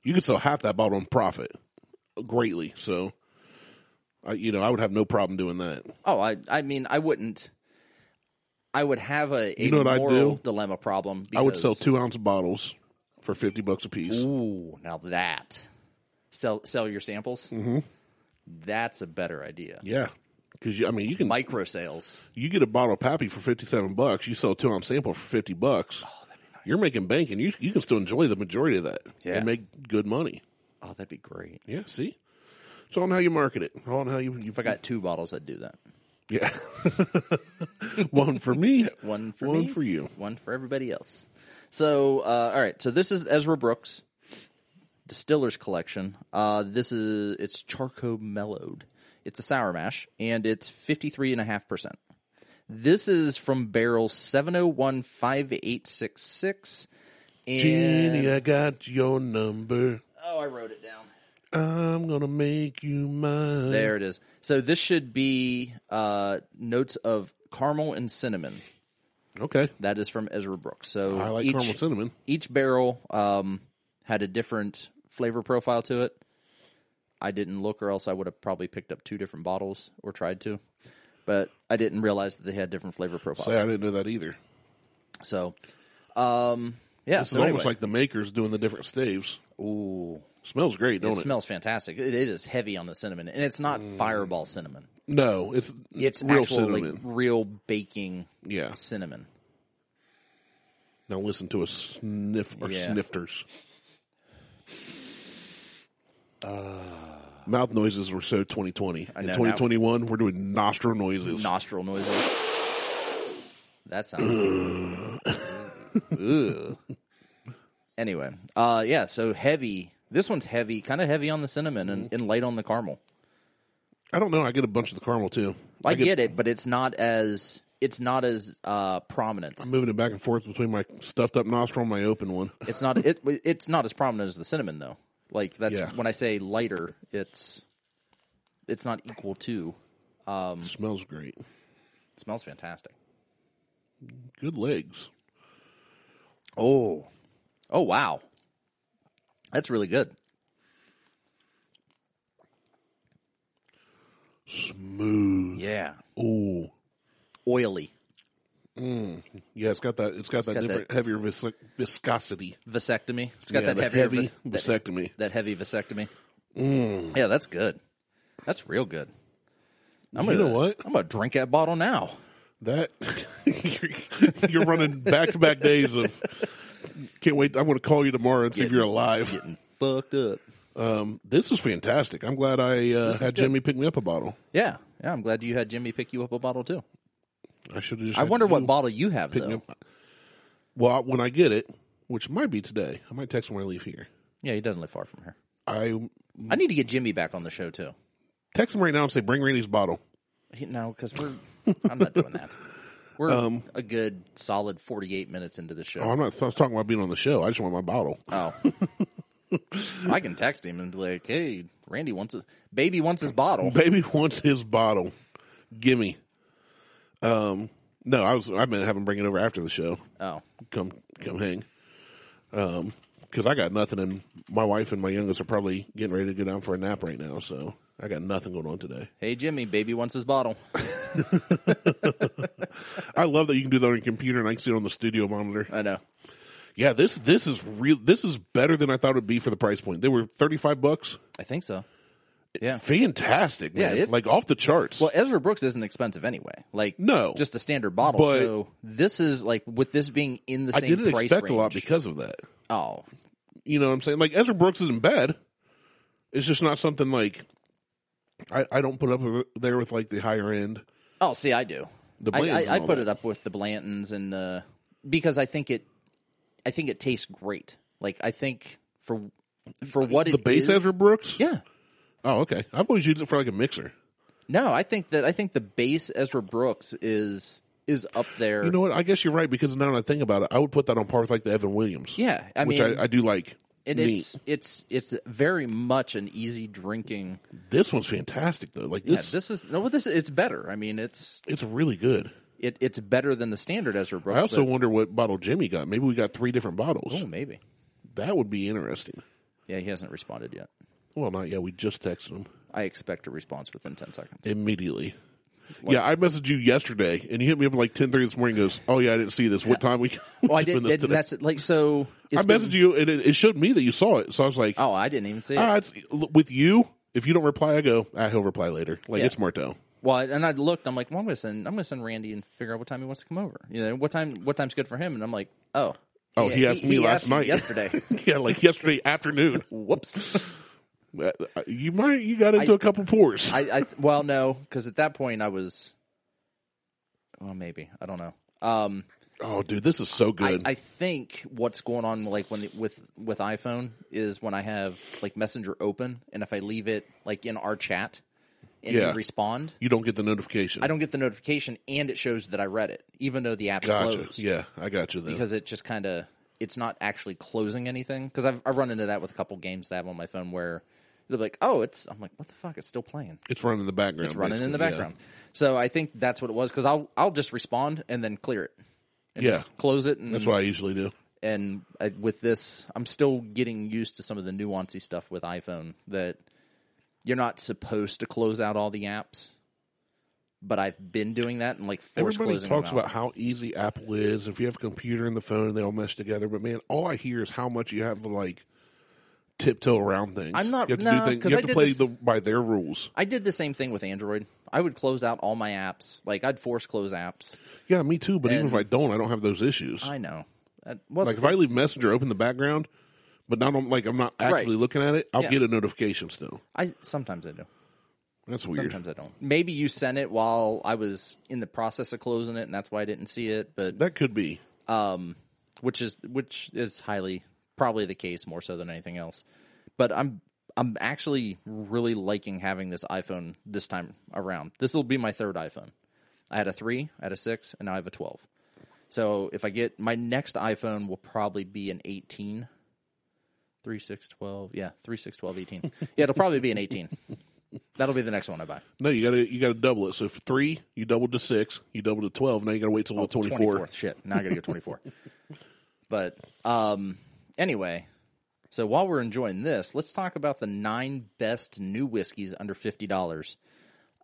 B: You could sell half that bottle and profit uh, greatly. So, I, you know, I would have no problem doing that.
A: Oh, I I mean I wouldn't. I would have a, a
B: You know what I'd
A: moral
B: do?
A: dilemma problem. Because,
B: I would sell two ounce bottles for 50 bucks a piece.
A: Ooh, now that sell sell your samples. Mm-hmm. That's a better idea.
B: Yeah. Because, I mean, you can,
A: Micro sales.
B: you get a bottle of Pappy for 57 bucks. You sell a two ounce sample for 50 bucks.
A: Oh,
B: You're making bank and you, you can still enjoy the majority of that
A: Yeah.
B: and make good money.
A: Oh, that'd be great.
B: Yeah. See? It's all on how you market it. All on how you, you
A: If I got two bottles, I'd do that.
B: Yeah. one for me.
A: One for
B: one
A: me,
B: for you.
A: one for everybody else. So, uh, all right. So this is Ezra Brooks Distillers Collection. Uh, this is it's charcoal mellowed. It's a sour mash, and it's fifty three and a half percent. This is from barrel seven zero one five eight six six.
B: Jeannie,
A: And
B: I got your number.
A: oh, I wrote it down.
B: I'm gonna make you mine.
A: There it is. So this should be uh, notes of caramel and cinnamon.
B: Okay.
A: That is from Ezra Brooks. So
B: I like
A: each,
B: caramel cinnamon.
A: each barrel um, had a different flavor profile to it. I didn't look, or else I would have probably picked up two different bottles or tried to. But I didn't realize that they had different flavor profiles.
B: Say, I didn't know that either.
A: So, um, yeah.
B: It's
A: so
B: almost
A: anyway.
B: like the makers doing the different staves.
A: ooh,
B: Smells great, don't
A: it
B: it?
A: smells fantastic. It, it is heavy on the cinnamon, and it's not fireball cinnamon.
B: no, it's
A: It's
B: real
A: actual like
B: cinnamon.
A: real baking
B: yeah.
A: cinnamon.
B: Now listen to a sniff or
A: Yeah.
B: snifters. Ah. Mouth noises were so 2020.
A: know,
B: In
A: now-
B: 2021, we're doing nostril noises.
A: nostril noises. That sounds. Ugh. anyway, uh, yeah. So heavy. This one's heavy, kind of heavy on the cinnamon and, and light on the caramel.
B: I don't know. I get a bunch of the caramel too.
A: I, get, it, but it's not as it's not as uh, prominent.
B: I'm moving it back and forth between my stuffed up nostril and my open one.
A: It's not it it's not as prominent as the cinnamon though. Like that's
B: Yeah.
A: when I say lighter, it's it's not equal to. Um,
B: smells great.
A: It smells fantastic.
B: Good legs.
A: Oh, oh wow, that's really good.
B: Smooth.
A: Yeah,
B: Ooh.
A: oily
B: Yeah, it's got that. It's got that
A: got
B: different, heavier vis- viscosity.
A: vasectomy. It's got
B: Yeah,
A: that
B: the
A: heavier
B: heavy Mm.
A: vas- that,
B: vasectomy.
A: that heavy vasectomy. Yeah, that's good. That's real good. I'm
B: You
A: gonna,
B: know what?
A: I'm gonna drink that bottle now.
B: That you're, you're running back to back days of. Can't wait. I'm going to call you tomorrow and see if you're alive.
A: Getting fucked up.
B: Um, this is fantastic. I'm glad I uh,
A: is
B: had
A: good.
B: Jimmy pick me up a bottle.
A: Yeah, yeah. I'm glad you had Jimmy pick you up a bottle too.
B: I should have just.
A: I
B: had
A: wonder what
B: you
A: bottle you have
B: pick me
A: though.
B: up. Well, when I get it, which might be today, I might text him when I leave here.
A: Yeah, he doesn't live far from here.
B: I
A: I need to get Jimmy back on the show too.
B: text him right now and say, "Bring Randy's bottle."
A: He, no, because we're I'm not doing that. We're
B: Um,
A: a good solid 48 minutes into the
B: Oh,
A: show.
B: I'm not I was talking about being on the show. I just want my bottle.
A: Oh, I can text him and be like, "Hey, Randy wants his baby wants his bottle."
B: Baby wants his bottle. Gimme. Um, no, I was. I meant to have him bring it over after the show.
A: Oh,
B: Come, come hang. Um, because I got nothing, and my wife and my youngest are probably getting ready to go down for a nap right now. So I got nothing going on today.
A: hey Jimmy, baby wants his bottle.
B: I love that you can do that on your computer, and I can see it on the studio monitor.
A: I know.
B: Yeah, this this is real. This is better than I thought it would be for the price point. They were thirty five bucks.
A: I think so. Yeah.
B: Fantastic,
A: Yeah,
B: man.
A: it's-
B: like off the charts.
A: Well, Ezra Brooks isn't expensive anyway. Like
B: No.
A: just a standard bottle.
B: But-
A: so this is like with this being in the
B: I
A: same
B: didn't
A: price
B: expect
A: range.
B: a lot because of that.
A: oh,
B: You know what I'm saying? Like Ezra Brooks isn't bad. It's just not something like I, I don't put up with- there with like the higher end.
A: oh, see, I do.
B: The
A: I,
B: Blantons and
A: I, I
B: all
A: put
B: that.
A: it up with the Blantons and the because I think it, I think it tastes great. Like I think for for what
B: The
A: it
B: base
A: is-
B: Ezra Brooks?
A: yeah.
B: Oh, okay. I've always used it for like a mixer.
A: No, I think that I think the base Ezra Brooks is is up there.
B: You know what? I guess you're right because now that I think about it, I would put that on par with like the Evan Williams.
A: yeah, I
B: which
A: mean,
B: I, I do like.
A: and
B: Neat.
A: it's it's it's very much an easy drinking.
B: This one's fantastic though. Like
A: Yeah,
B: this,
A: this is no, this it's better. I mean, it's
B: it's really good.
A: it it's better than the standard Ezra Brooks.
B: I also
A: but,
B: wonder what bottle Jimmy got. Maybe we got three different bottles.
A: oh, maybe
B: That would be interesting.
A: yeah, he hasn't responded yet.
B: Well, not yet. We just texted him.
A: I expect a response within ten seconds.
B: immediately. Yeah, I messaged you yesterday, and you hit me up at like ten thirty this morning. and Goes, oh yeah, I didn't see this. What time we?
A: Well, I
B: doing
A: didn't.
B: this
A: and
B: today?"
A: that's like so.
B: I
A: it's been-
B: messaged you, and it, it showed me that you saw it. So I was like,
A: Oh, I didn't even see it.
B: ah, it's, with you. If you don't reply, I go, ah, he'll reply later. Like
A: Yeah.
B: it's Marteau.
A: well, and I looked. I'm like, well, I'm gonna send. I'm gonna send Randy and figure out what time he wants to come over. You know, what time? What time's good for him? And I'm like, oh,
B: Oh, he asked me last
A: asked you
B: night.
A: yesterday.
B: yeah, like yesterday afternoon.
A: Whoops.
B: Uh, You might you got into a couple pours.
A: I, I well, no, because at that point I was. Well, maybe I don't know. Um,
B: oh, dude, this is so
A: I,
B: good.
A: I think what's going on, like when the, with with iPhone, is when I have like Messenger open, and if I leave it like in our chat, and you
B: Yeah.
A: respond,
B: you don't get the notification.
A: I don't get the notification, and it shows that I read it, even though the app's
B: Gotcha.
A: closed.
B: Yeah, I got you. Then.
A: because it just kind of it's not actually closing anything. Because I've I've run into that with a couple games that I have on my phone where they're like, oh, it's I'm like, what the fuck, it's still playing,
B: it's running in the background.
A: it's running in the
B: basically, yeah.
A: background. So I think that's what it was. Because I'll I'll just respond and then clear it, and
B: Yeah.
A: just mm-hmm. close it, and
B: That's what I usually do.
A: and I, with this, I'm still getting used to some of the nuancy stuff with iPhone that you're not supposed to close out all the apps. But I've been doing that and like force
B: Everybody
A: closing them
B: talks
A: out.
B: about how easy Apple is. If you have a computer and the phone, they all mesh together. But man, all I hear is how much you have to like tiptoe around things.
A: I'm not-
B: You have to
A: no,
B: do things.
A: 'cause
B: You
A: I
B: have
A: did
B: to play
A: this-
B: the, by their rules.
A: I did the same thing with Android. I would close out all my apps. Like I'd force close apps.
B: Yeah, me too. But even
A: And-
B: if I don't, I don't have those issues.
A: I know. That- well,
B: like if I leave Messenger open in the background, but not on, like I'm not actually
A: Right.
B: looking at it, I'll
A: Yeah.
B: get a notification still.
A: I sometimes I do.
B: That's weird.
A: Sometimes I don't. Maybe you sent it while I was in the process of closing it, and that's why I didn't see it. But
B: That could be.
A: um, which is which is highly probably the case more so than anything else. But I'm I'm actually really liking having this iPhone this time around. This will be my third iPhone. I had a three, I had a six, and now I have a twelve. So if I get my next iPhone will probably be an 18. 3, 6, 12. Yeah, 3, 6, 12, 18. yeah, it'll probably be an 18. That'll be the next one I buy.
B: No, you gotta you gotta double it. So if three, you doubled to six, you doubled to twelve. Now you gotta wait till
A: Oh,
B: the twenty fourth.
A: 24th. Shit, now I gotta go 24. but um, anyway, so while we're enjoying this, let's talk about the nine best new whiskeys under fifty dollars.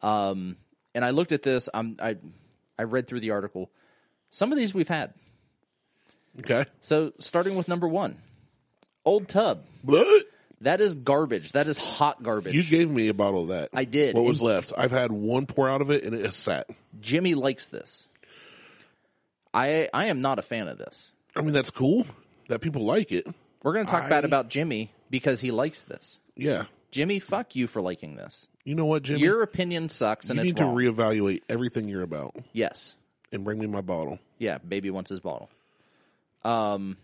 A: Um, and I looked at this. I'm, I I read through the article. Some of these we've had.
B: Okay.
A: So starting with number one, Old Tub.
B: What?
A: That is garbage. That is hot garbage.
B: You gave me a bottle of that.
A: I did.
B: What was
A: And-
B: left? I've had one pour out of it and it has sat.
A: Jimmy likes this. I I am not a fan of this.
B: I mean that's cool that people like it.
A: We're going to talk bad about Jimmy because he likes this.
B: Yeah.
A: Jimmy, fuck you for liking this.
B: You know what, Jimmy?
A: Your opinion sucks and
B: you
A: it's
B: need to
A: wrong.
B: reevaluate everything you're about
A: yes.
B: and bring me my bottle.
A: Yeah, baby wants his bottle. Um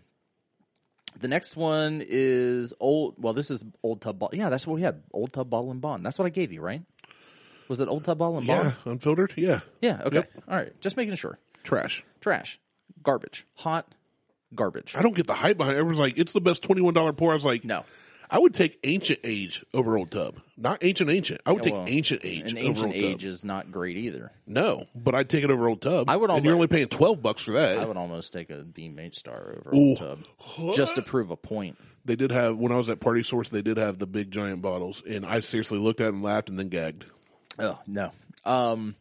A: the next one is old well, this is old tub bottle. Yeah, that's what we had. Old tub bottle and bond. That's what I gave you, right? Was it old tub bottle and
B: Yeah,
A: bond?
B: unfiltered. Yeah,
A: Yeah, okay. All right. Just making sure.
B: trash.
A: Trash. Garbage. Hot garbage.
B: I don't get the hype behind. it. Everyone's like, it's the best twenty one dollar pour. I was like,
A: No.
B: I would take ancient age over old tub. Not ancient ancient. I would take
A: Oh, well,
B: ancient age
A: An
B: over
A: ancient
B: old
A: age
B: tub.
A: is not great either.
B: No, but I'd take it over old tub.
A: I would
B: And you're only
A: almost-
B: paying twelve bucks for that.
A: I would almost take a Beam Eight Star over Old
B: Ooh.
A: Tub just to prove a point.
B: They did have when I was at Party Source. They did have the big giant bottles, and I seriously looked at it and laughed and then gagged.
A: Oh no. Um,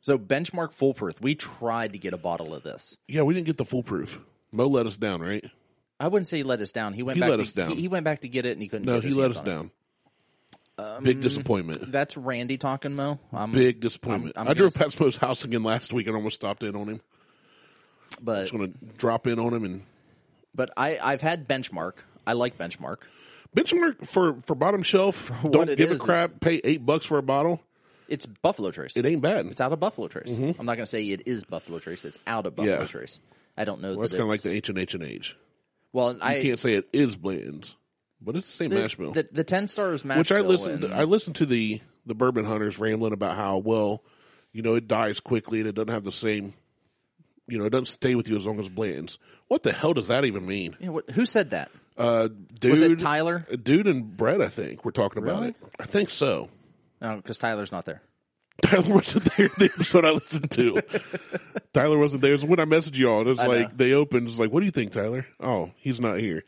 A: so benchmark foolproof. We tried to get a bottle of this.
B: Yeah, we didn't get the foolproof. Mo let us down, right?
A: I wouldn't say he let us down. He went
B: He
A: back.
B: let
A: to,
B: us down.
A: He, he went back to get it, and he couldn't.
B: No,
A: get
B: he
A: his
B: let
A: hands
B: us
A: on it. Um,
B: down. Big disappointment.
A: That's Randy talking, Mo. Um, I'm,
B: Big disappointment.
A: I'm-
B: i
A: I'm
B: drove
A: gonna
B: past Mo's house again last week and almost stopped in on him.
A: but
B: Just gonna drop in on him and
A: but I I've had benchmark. I like benchmark.
B: benchmark for for bottom shelf.
A: what
B: don't
A: it
B: give
A: is,
B: a crap. Pay eight bucks for a bottle.
A: It's Buffalo Trace.
B: It ain't bad.
A: it's out of Buffalo Trace. I'm not going to say it is Buffalo Trace. It's out of Buffalo
B: Yeah.
A: Trace. I don't know.
B: That's
A: that
B: kind of like
A: it's-
B: the H and H and H.
A: well. I
B: You can't say it is Blanton's, but it's the same mash bill.
A: the, the, the ten stars mash
B: Which I
A: bill
B: listened.
A: and-
B: I listened to the the bourbon hunters rambling about how well, you know, it dies quickly and it doesn't have the same, you know, it doesn't stay with you as long as Blanton's. What the hell does that even mean?
A: Yeah, what, who said that?
B: Uh, dude,
A: Was it Tyler?
B: dude and Brett, I think we're talking about
A: Really?
B: it. I think so.
A: No, because Oh, Tyler's not there.
B: Tyler wasn't there the episode I listened to. Tyler wasn't there. So when I messaged y'all, it was like they opened. It's like, what do you think, Tyler? Oh, he's not here.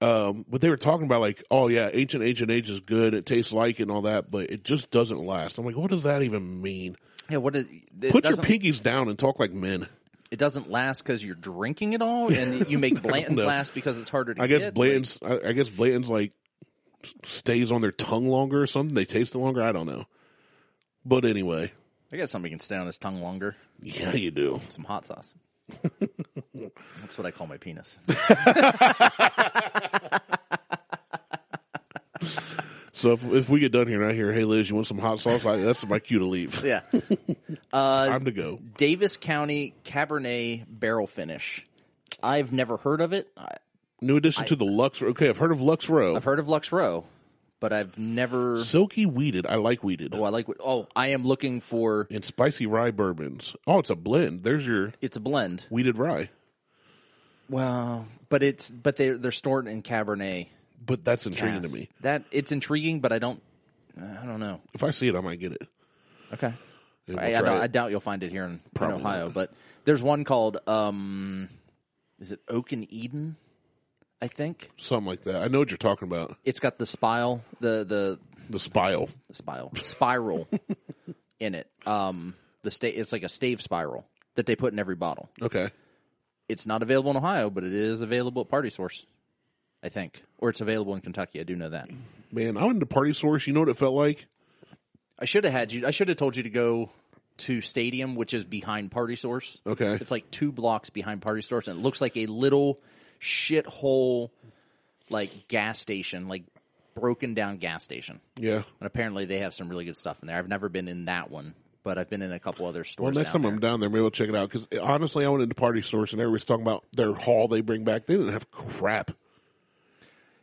B: Um, but they were talking about like, oh yeah, ancient ancient age is good. It tastes like it and all that, but it just doesn't last. I'm like, what does that even mean?
A: Yeah, what is, it
B: Put your
A: doesn't,
B: pinkies down and talk like men.
A: It doesn't last because you're drinking it all, and you make Blanton's
B: know.
A: last because it's harder to.
B: I guess
A: get.
B: Blanton's. I, I guess Blanton's like stays on their tongue longer or something. They taste it longer. I don't know. But anyway,
A: Like, I guess somebody can stay on his tongue longer.
B: yeah, you do.
A: Some hot sauce. That's what I call my penis.
B: So if if we get done here and I hear, hey Liz, you want some hot sauce? I, that's my cue to leave.
A: Yeah.
B: Time to go.
A: Davis County Cabernet Barrel Finish. I've never heard of it. I-
B: New addition to the Lux. Okay, I've heard of Lux Row.
A: I've heard of Lux Row, but I've never.
B: Silky weeded. I like weeded.
A: Oh, I like. Oh, I am looking for.
B: And spicy rye bourbons. Oh, it's a blend. There's your
A: It's a blend.
B: weeded rye.
A: Well, but it's but they're they're stored in Cabernet.
B: But that's intriguing
A: Yes.
B: to me.
A: That it's intriguing, but I don't. I don't know.
B: If I see it, I might get it.
A: Okay.
B: And
A: I,
B: we'll
A: I,
B: try
A: don't-
B: it.
A: I doubt you'll find it here in, in
B: Probably
A: Ohio,
B: not.
A: but there's one called um, is it Oak and Eden? I think
B: Something like that. I know what you're talking about.
A: it's got the spile, the the,
B: The spile.
A: the spile spiral in it. Um, the sta- it's like a stave spiral that they put in every bottle.
B: Okay.
A: It's not available in Ohio, but it is available at Party Source, I think, or it's available in Kentucky. I do know that.
B: Man, I went to Party Source. You know what it felt like?
A: I should have had you. I should have told you to go to Stadium, which is behind Party Source.
B: Okay.
A: It's like two blocks behind Party Source, and it looks like a little shithole, like gas station, like broken down gas station.
B: Yeah.
A: And apparently, they have some really good stuff in there. I've never been in that one, but I've been in a couple other
B: Well,
A: stores.
B: next
A: down
B: time I'm down there, maybe I'll check it out. Because honestly, I went into Party Source and everybody's talking about their haul they bring back. They didn't have crap.
A: there.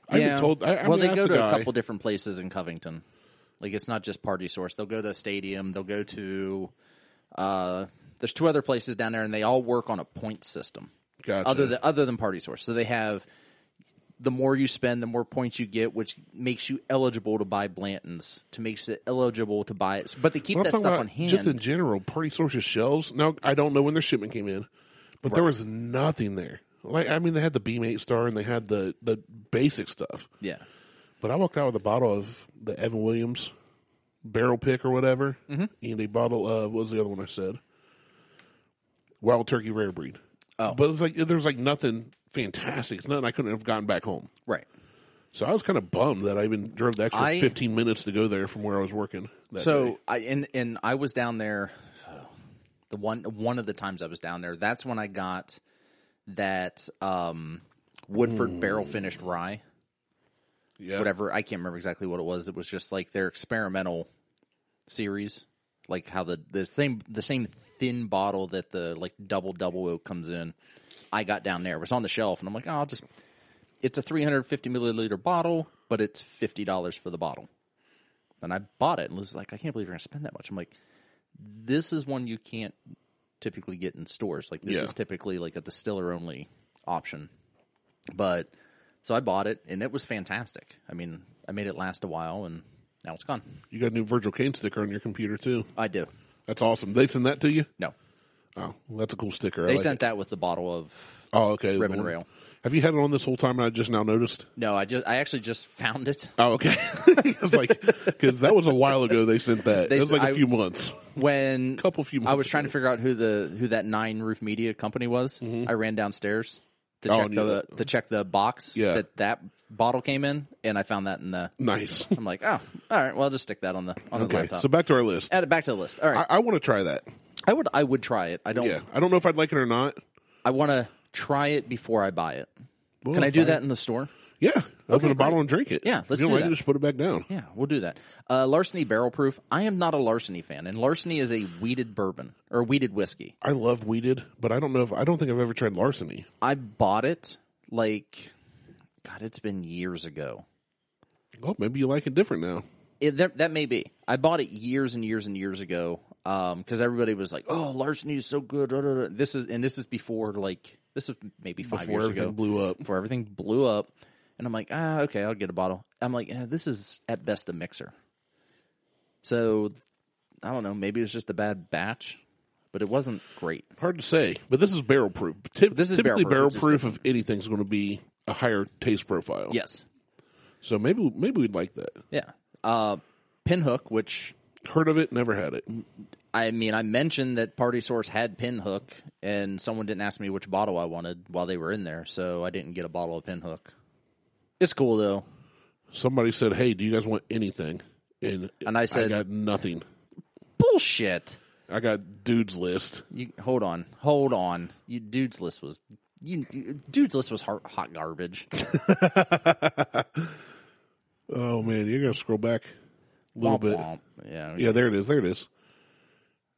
B: I've been told. I, I
A: well,
B: mean,
A: they
B: asked
A: go
B: the
A: to a
B: guy,
A: couple different places in Covington. Like it's not just Party Source. They'll go to a stadium. They'll go to. Uh, there's two other places down there, and they all work on a point system.
B: Gotcha.
A: Other than other than Party Source, so they have. The more you spend, the more points you get, which makes you eligible to buy Blanton's, to makes it eligible to buy it. But they keep
B: Well, I'm
A: that
B: talking
A: stuff
B: about
A: on hand.
B: Just in general, party sources shelves. Now I don't know when their shipment came in, but there was nothing there. Like I mean, they had the Beam Eight Star and they had the the basic stuff.
A: yeah,
B: But I walked out with a bottle of the Evan Williams barrel pick or whatever,
A: Mm-hmm.
B: and a bottle of what was the other one I said? Wild Turkey Rare Breed.
A: Oh.
B: but it's like there's like nothing fantastic. It's nothing I couldn't have gotten back home.
A: right.
B: So I was kind of bummed that I even drove the extra
A: I-
B: 15 minutes to go there from where I was working. That
A: so
B: day.
A: I and and I was down there the one one of the times I was down there, that's when I got that um Woodford barrel finished rye.
B: yeah,
A: Whatever, I can't remember exactly what it was. It was just like their experimental series. Like how the, the same the same thin bottle that the like double double oak comes in. I got down there. It was on the shelf and I'm like, oh, I'll just it's a 350 milliliter bottle, but it's $50 for the bottle. And I bought it and was like, I can't believe you're going to spend that much. I'm like, this is one you can't typically get in stores. Like, this
B: Yeah.
A: is typically like a distiller only option. But so I bought it and it was fantastic. I mean, I made it last a while and now it's gone.
B: You got a new Virgil Kane sticker on your computer too.
A: I do.
B: That's awesome. They send that to you.
A: No.
B: Oh, well, that's a cool sticker. I
A: They
B: like
A: sent
B: it.
A: that with the bottle of.
B: Oh, okay.
A: Ribbon
B: The one-
A: Rail.
B: Have you had it on this whole time? and I just now noticed.
A: No, I just I actually just found it
B: Oh, okay. It's like because that was a while ago. They sent that.
A: They
B: It was like a
A: s- I-
B: few months.
A: when
B: Couple few
A: I
B: months
A: was trying to
B: ago. Mm-hmm.
A: figure out who the who that Nine Roof Media company was. I ran downstairs to
B: Oh,
A: check
B: and you-
A: the to check the box
B: Yeah.
A: that that bottle came in, and I found that in the.
B: Nice.
A: I'm like, oh, all right, well, I'll just stick that on the on the
B: Okay,
A: laptop.
B: so back to our list.
A: Add it back to the list. All
B: I,
A: right,
B: I want to try that.
A: I, would I would try it. I don't.
B: Yeah, I don't know if I'd like it or not.
A: Oh. I want to try it before I buy it.
B: Well,
A: Can I do
B: fine.
A: that in the store?
B: Yeah, open a bottle and drink it.
A: Yeah,
B: If
A: let's
B: you don't
A: do
B: like
A: that.
B: it, just put it back down.
A: Yeah, we'll do that. Uh, larceny barrel proof. I am not a larceny fan, and larceny is a weeded bourbon or weeded whiskey.
B: I love weeded, but I don't know if I don't think I've ever tried larceny.
A: I bought it like, God, it's been years ago.
B: Oh, maybe you like it different now.
A: It, that, that may be. I bought it years and years and years ago because everybody was like, "Oh, larceny is so good." da, da, da." This is and this is before like this is maybe five
B: Before
A: years
B: everything
A: ago
B: blew up.
A: before everything blew up. And I'm like, ah, okay, I'll get a bottle. I'm like, eh, this is at best a mixer. So I don't know. Maybe it's just a bad batch, but it wasn't great.
B: Hard to say, but this is barrel proof. Typ-
A: This is
B: typically
A: barrel
B: barrel
A: proof,
B: proof of anything's going to be a higher taste profile.
A: Yes,
B: So maybe maybe we'd like that.
A: yeah. Uh, Pinhook, which
B: Heard of it? Never had it.
A: I mean, I mentioned that Party Source had Pinhook, and someone didn't ask me which bottle I wanted while they were in there, so I didn't get a bottle of Pinhook. It's cool though.
B: Somebody said, "Hey, do you guys want anything?" And
A: And I said-
B: "I got nothing.
A: Bullshit.
B: I got dudes list."
A: You hold on, hold on. You, dude's list was you, you- dude's list was hot, hot garbage.
B: Oh man, you're gonna scroll back a little
A: Womp
B: bit.
A: womp. Yeah.
B: Yeah, there it is. There it is.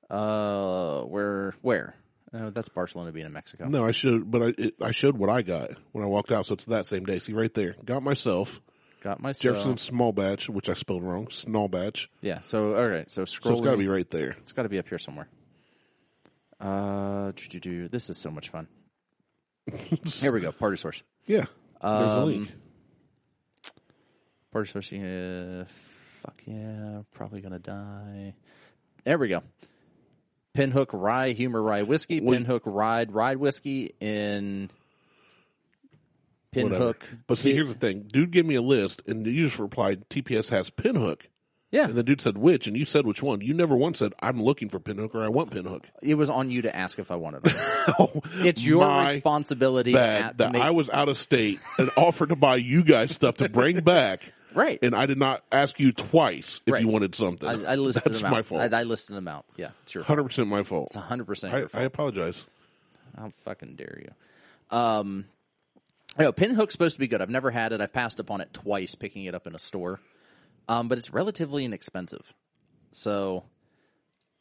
A: Uh, where where? Oh, that's Barcelona being in Mexico.
B: No, I showed, but I it, I showed what I got when I walked out. So it's that same day. See right there. Got myself
A: Got myself.
B: Jefferson small batch, which I spelled wrong. Small batch.
A: Yeah. So all right. So
B: So
A: scroll.
B: it's got to be right there.
A: It's got to be up here somewhere. Uh, do-do-do. this is so much fun. here we go. Party source.
B: Yeah. There's
A: Um,
B: a link.
A: Party source. Uh, fuck yeah. Probably gonna die. There we go. Pinhook Rye Humor Rye Whiskey. Pinhook Ride Ride Whiskey in.
B: Whatever.
A: Pinhook.
B: But see, here's the thing. Dude gave me a list, and you just replied, TPS has Pinhook.
A: Yeah.
B: And the dude said, which? And you said, which one? You never once said, I'm looking for Pinhook or I want Pinhook.
A: It was on you to ask if I wanted it.
B: Oh,
A: It's your
B: my
A: responsibility
B: bad
A: at, to
B: that
A: make
B: I was out of state and offered to buy you guys stuff to bring back.
A: right.
B: And I did not ask you twice if
A: Right.
B: you wanted something.
A: I, I listed
B: That's
A: them out.
B: my fault.
A: I, I listed them out. Yeah, it's your fault.
B: 100% my fault.
A: It's hundred percent
B: I,
A: your
B: I
A: fault.
B: apologize.
A: How fucking dare you? Um, no, Pinhook's supposed to be good. I've never had it. I've passed upon it twice, picking it up in a store. Um, but it's relatively inexpensive, so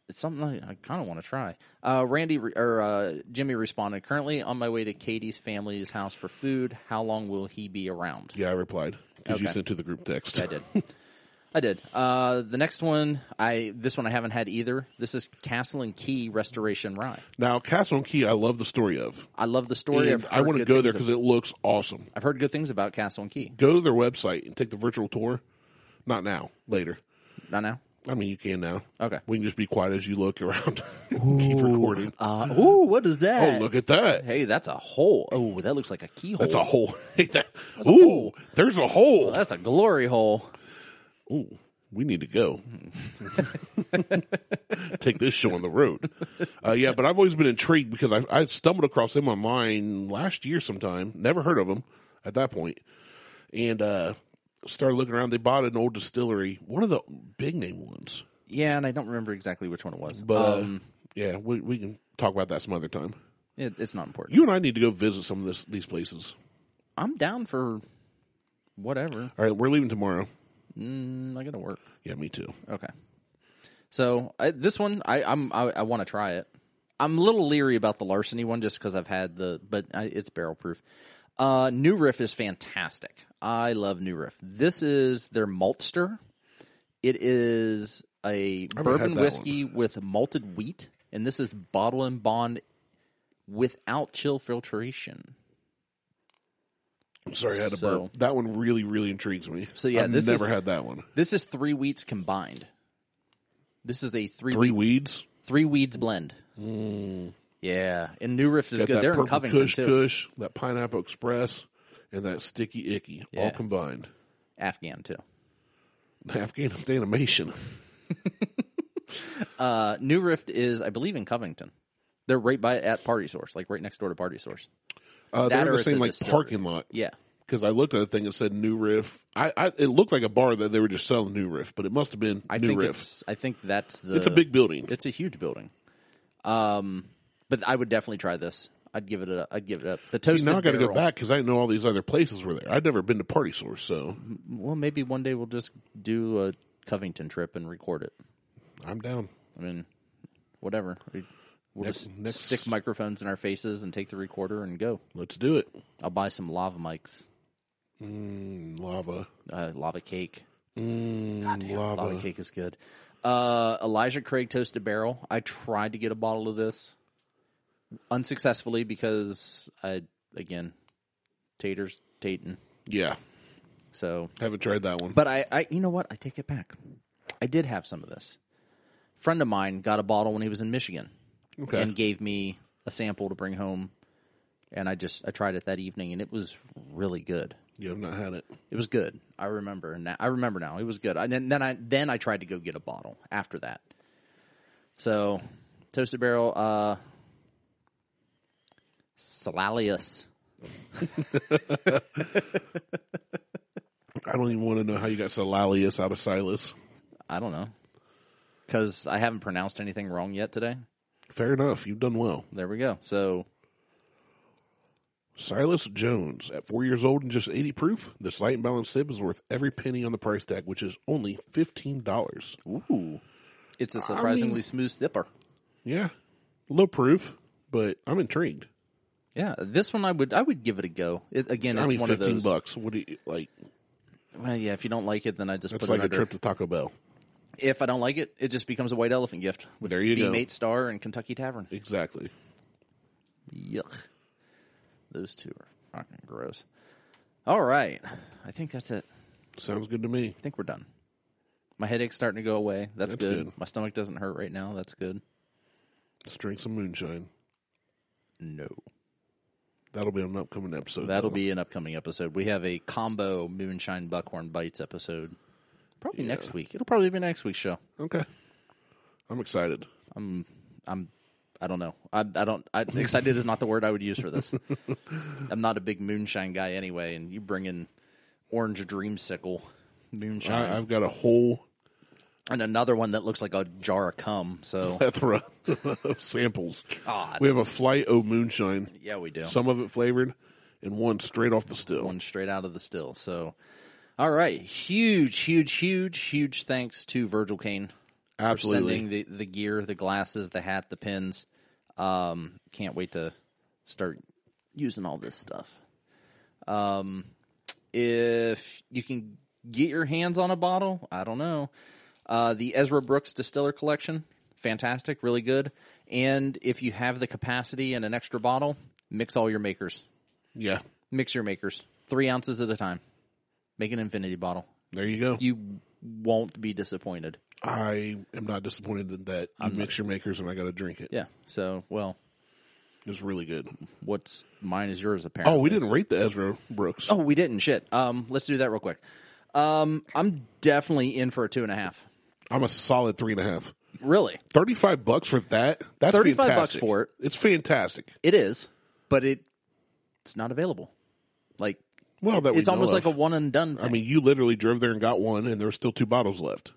A: it's something I, I kind of want to try. Uh, Randy re- or uh, Jimmy responded, "Currently on my way to Katie's family's house for food. How long will he be around?"
B: Yeah, I replied because you
A: Okay.
B: sent to the group text.
A: I did. I did. Uh, the next one, I this one I haven't had either. This is Castle and Key Restoration Rye.
B: Now, Castle and Key, I love the story of.
A: I love the story.
B: And
A: I've
B: I
A: heard
B: want to
A: good
B: go
A: things
B: there
A: ab-
B: because it looks awesome.
A: I've heard good things about Castle and Key.
B: Go to their website and take the virtual tour. Not now, later.
A: Not now.
B: I mean, you can now.
A: Okay.
B: We can just be quiet as you look around. Keep recording.
A: Uh, ooh, what is that?
B: Oh, look at that.
A: Hey, that's a hole. Oh, that looks like a keyhole.
B: That's a hole. Hey, that- Ooh, there's a hole.
A: That's a glory hole.
B: Ooh, we need to go. Take this show on the road. Uh, yeah, but I've always been intrigued because I, I stumbled across in my mind last year sometime. Never heard of them at that point, and uh, started looking around. They bought an old distillery, one of the big name ones.
A: Yeah, and I don't remember exactly which one it was.
B: But
A: um,
B: uh, yeah, we, we can talk about that some other time.
A: it, it's not important.
B: You and I need to go visit some of this, these places.
A: I'm down for whatever.
B: All right, we're leaving tomorrow.
A: Mm, I gotta work.
B: Yeah, me too.
A: Okay. So I, this one, I, I'm I, I want to try it. I'm a little leery about the larceny one just because I've had the, but I, it's barrel proof. Uh, New Riff is fantastic. I love New Riff. This is their maltster. It is a
B: haven't
A: bourbon
B: had that
A: whiskey with malted wheat, and this is bottle and bond without chill filtration.
B: I'm sorry, I had to
A: So-
B: burp. That one really, really intrigues me.
A: So, yeah,
B: I've
A: this
B: never
A: is-
B: had that one.
A: This is three wheats combined. This is a three
B: Three weeds.
A: three weeds blend. Yeah, and New Rift is
B: Hmm. Got
A: good.
B: that
A: They're in
B: purple
A: Covington
B: Kush
A: too.
B: Kush, that Pineapple Express, and that Sticky Icky, all
A: Yeah.
B: combined.
A: Afghan too.
B: Afghan animation.
A: Uh, New Rift is, I believe, in Covington. They're right by at Party Source, like right next door to Party Source. That
B: Uh, they're in
A: or
B: the
A: it's a
B: same like
A: distillery.
B: parking lot
A: Yeah,
B: because I looked at a thing and said New Riff. I, I it looked like a bar that they were just selling New Riff, but it must have been
A: I
B: New
A: think
B: Riff. It's,
A: it's. I think that's the.
B: a big building.
A: It's a huge building. Um, but I would definitely try this. I'd give it a. I'd give it up. The toasted
B: See, now I got to go
A: barrel.
B: back because I didn't know all these other places were there. I'd never been to Party Source, so
A: Mm-hmm. Well, maybe one day we'll just do a Covington trip and record it.
B: I'm down.
A: I mean, whatever. We, we'll
B: Next-
A: just
B: next-
A: stick microphones in our faces and take the recorder and go.
B: Let's do it.
A: I'll buy some lava mics,
B: Mm, lava.
A: uh, lava cake.
B: Mm, lava.
A: Lava cake is good. Uh, Elijah Craig toasted barrel. I tried to get a bottle of this unsuccessfully because I again taters tatin.
B: Yeah,
A: So,
B: haven't tried that one.
A: but I, I you know what? I take it back. I did have some of this. Friend of mine got a bottle when he was in Michigan
B: okay.
A: and gave me a sample to bring home, and I just I tried it that evening and it was really good.
B: you have not had it.
A: It was good. I remember and now. I remember now. It was good. And then, then I then I tried to go get a bottle after that. So, toasted barrel, uh, Salalius.
B: I don't even want to know how you got Salalius out of Silas.
A: I don't know because I haven't pronounced anything wrong yet today.
B: Fair enough. You've done well.
A: There we go. So
B: Silas Jones, at four years old and just 80 proof, this light and balanced sip is worth every penny on the price tag, which is only $15.
A: ooh, it's a surprisingly smooth sipper.
B: Yeah. Low proof, but I'm intrigued.
A: Yeah, this one I would I would give it a go. It, again,
B: I
A: it's
B: mean,
A: one
B: 15
A: of those.
B: bucks. What do you like?
A: Well, yeah, if you don't like it, then I just
B: That's
A: put
B: like
A: it
B: a
A: under.
B: trip to Taco Bell.
A: If I don't like it, it just becomes a white elephant gift with
B: There you go.
A: Beam Eight Star and Kentucky Tavern.
B: Exactly.
A: Yuck. Those two are fucking gross. All right. I think that's it.
B: Sounds good to me.
A: I think we're done. My headache's starting to go away. That's,
B: That's
A: good.
B: good.
A: My stomach doesn't hurt right now. That's good.
B: Let's drink some moonshine.
A: No.
B: That'll be on an upcoming episode.
A: That'll
B: though.
A: be an upcoming episode. We have a combo moonshine buckhorn bites episode. Probably next week. It'll probably be next week's show.
B: Okay. I'm excited.
A: I'm I don't know. I, I don't. I, excited is not the word I would use for this. I'm not a big moonshine guy anyway, and you bring in orange dreamsicle moonshine.
B: I, I've got a whole
A: and another one that looks like a jar of cum. So
B: plethora of samples.
A: God.
B: We have a flight of moonshine.
A: yeah, we do
B: some of it flavored, and one straight off the still.
A: one straight out of the still. So all right, huge, huge, huge, huge thanks to Virgil Kane
B: Absolutely.
A: sending the, the gear, the glasses, the hat, the pins. Um, can't wait to start using all this stuff. Um, if you can get your hands on a bottle, I don't know. Uh, the Ezra Brooks Distiller Collection, fantastic, really good. And if you have the capacity and an extra bottle, mix all your makers.
B: Yeah.
A: Mix your makers, three ounces at a time. Make an infinity bottle.
B: There you go.
A: You won't be disappointed.
B: I am not disappointed that, that you mix your makers and I got to drink it.
A: Yeah. So, well,
B: It's really good.
A: what's mine is yours apparently.
B: Oh, we didn't rate the Ezra Brooks.
A: Oh, we didn't. Shit. Um, let's do that real quick. Um, I'm definitely in for a two and a half.
B: I'm a solid three and a half.
A: Really,
B: 35 bucks for that? That's
A: 35 bucks
B: fantastic.
A: for it.
B: It's fantastic.
A: it is, but it it's not available. Like
B: Well, that we
A: it's almost
B: know
A: like a
B: of.
A: one and done.
B: I mean, you literally drove there and got one, and there were still two bottles left.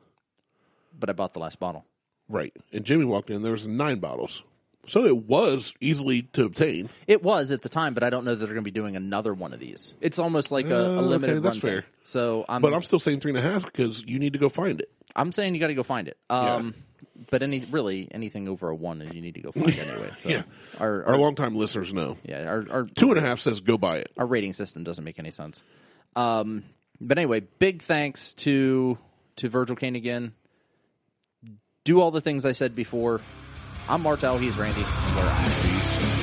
A: but I bought the last bottle.
B: Right. And Jimmy walked in, there was nine bottles. So it was easily to obtain.
A: It was at the time, but I don't know that they're going to be doing another one of these. It's almost like a, a
B: Uh,
A: limited
B: okay, that's
A: run thing.
B: fair.
A: So I'm
B: But I'm still saying three and a half because you need to go find it.
A: I'm saying you got to go find it. Um, but any really anything over a one is you need to go find anyway. So
B: Yeah.
A: our,
B: Our
A: our
B: longtime listeners know.
A: yeah our, our
B: Two and a half says go buy it.
A: our rating system doesn't make any sense. Um, but anyway, big thanks to to Virgil Kane again. Do all the things I said before. I'm Martel. He's Randy. and We're out.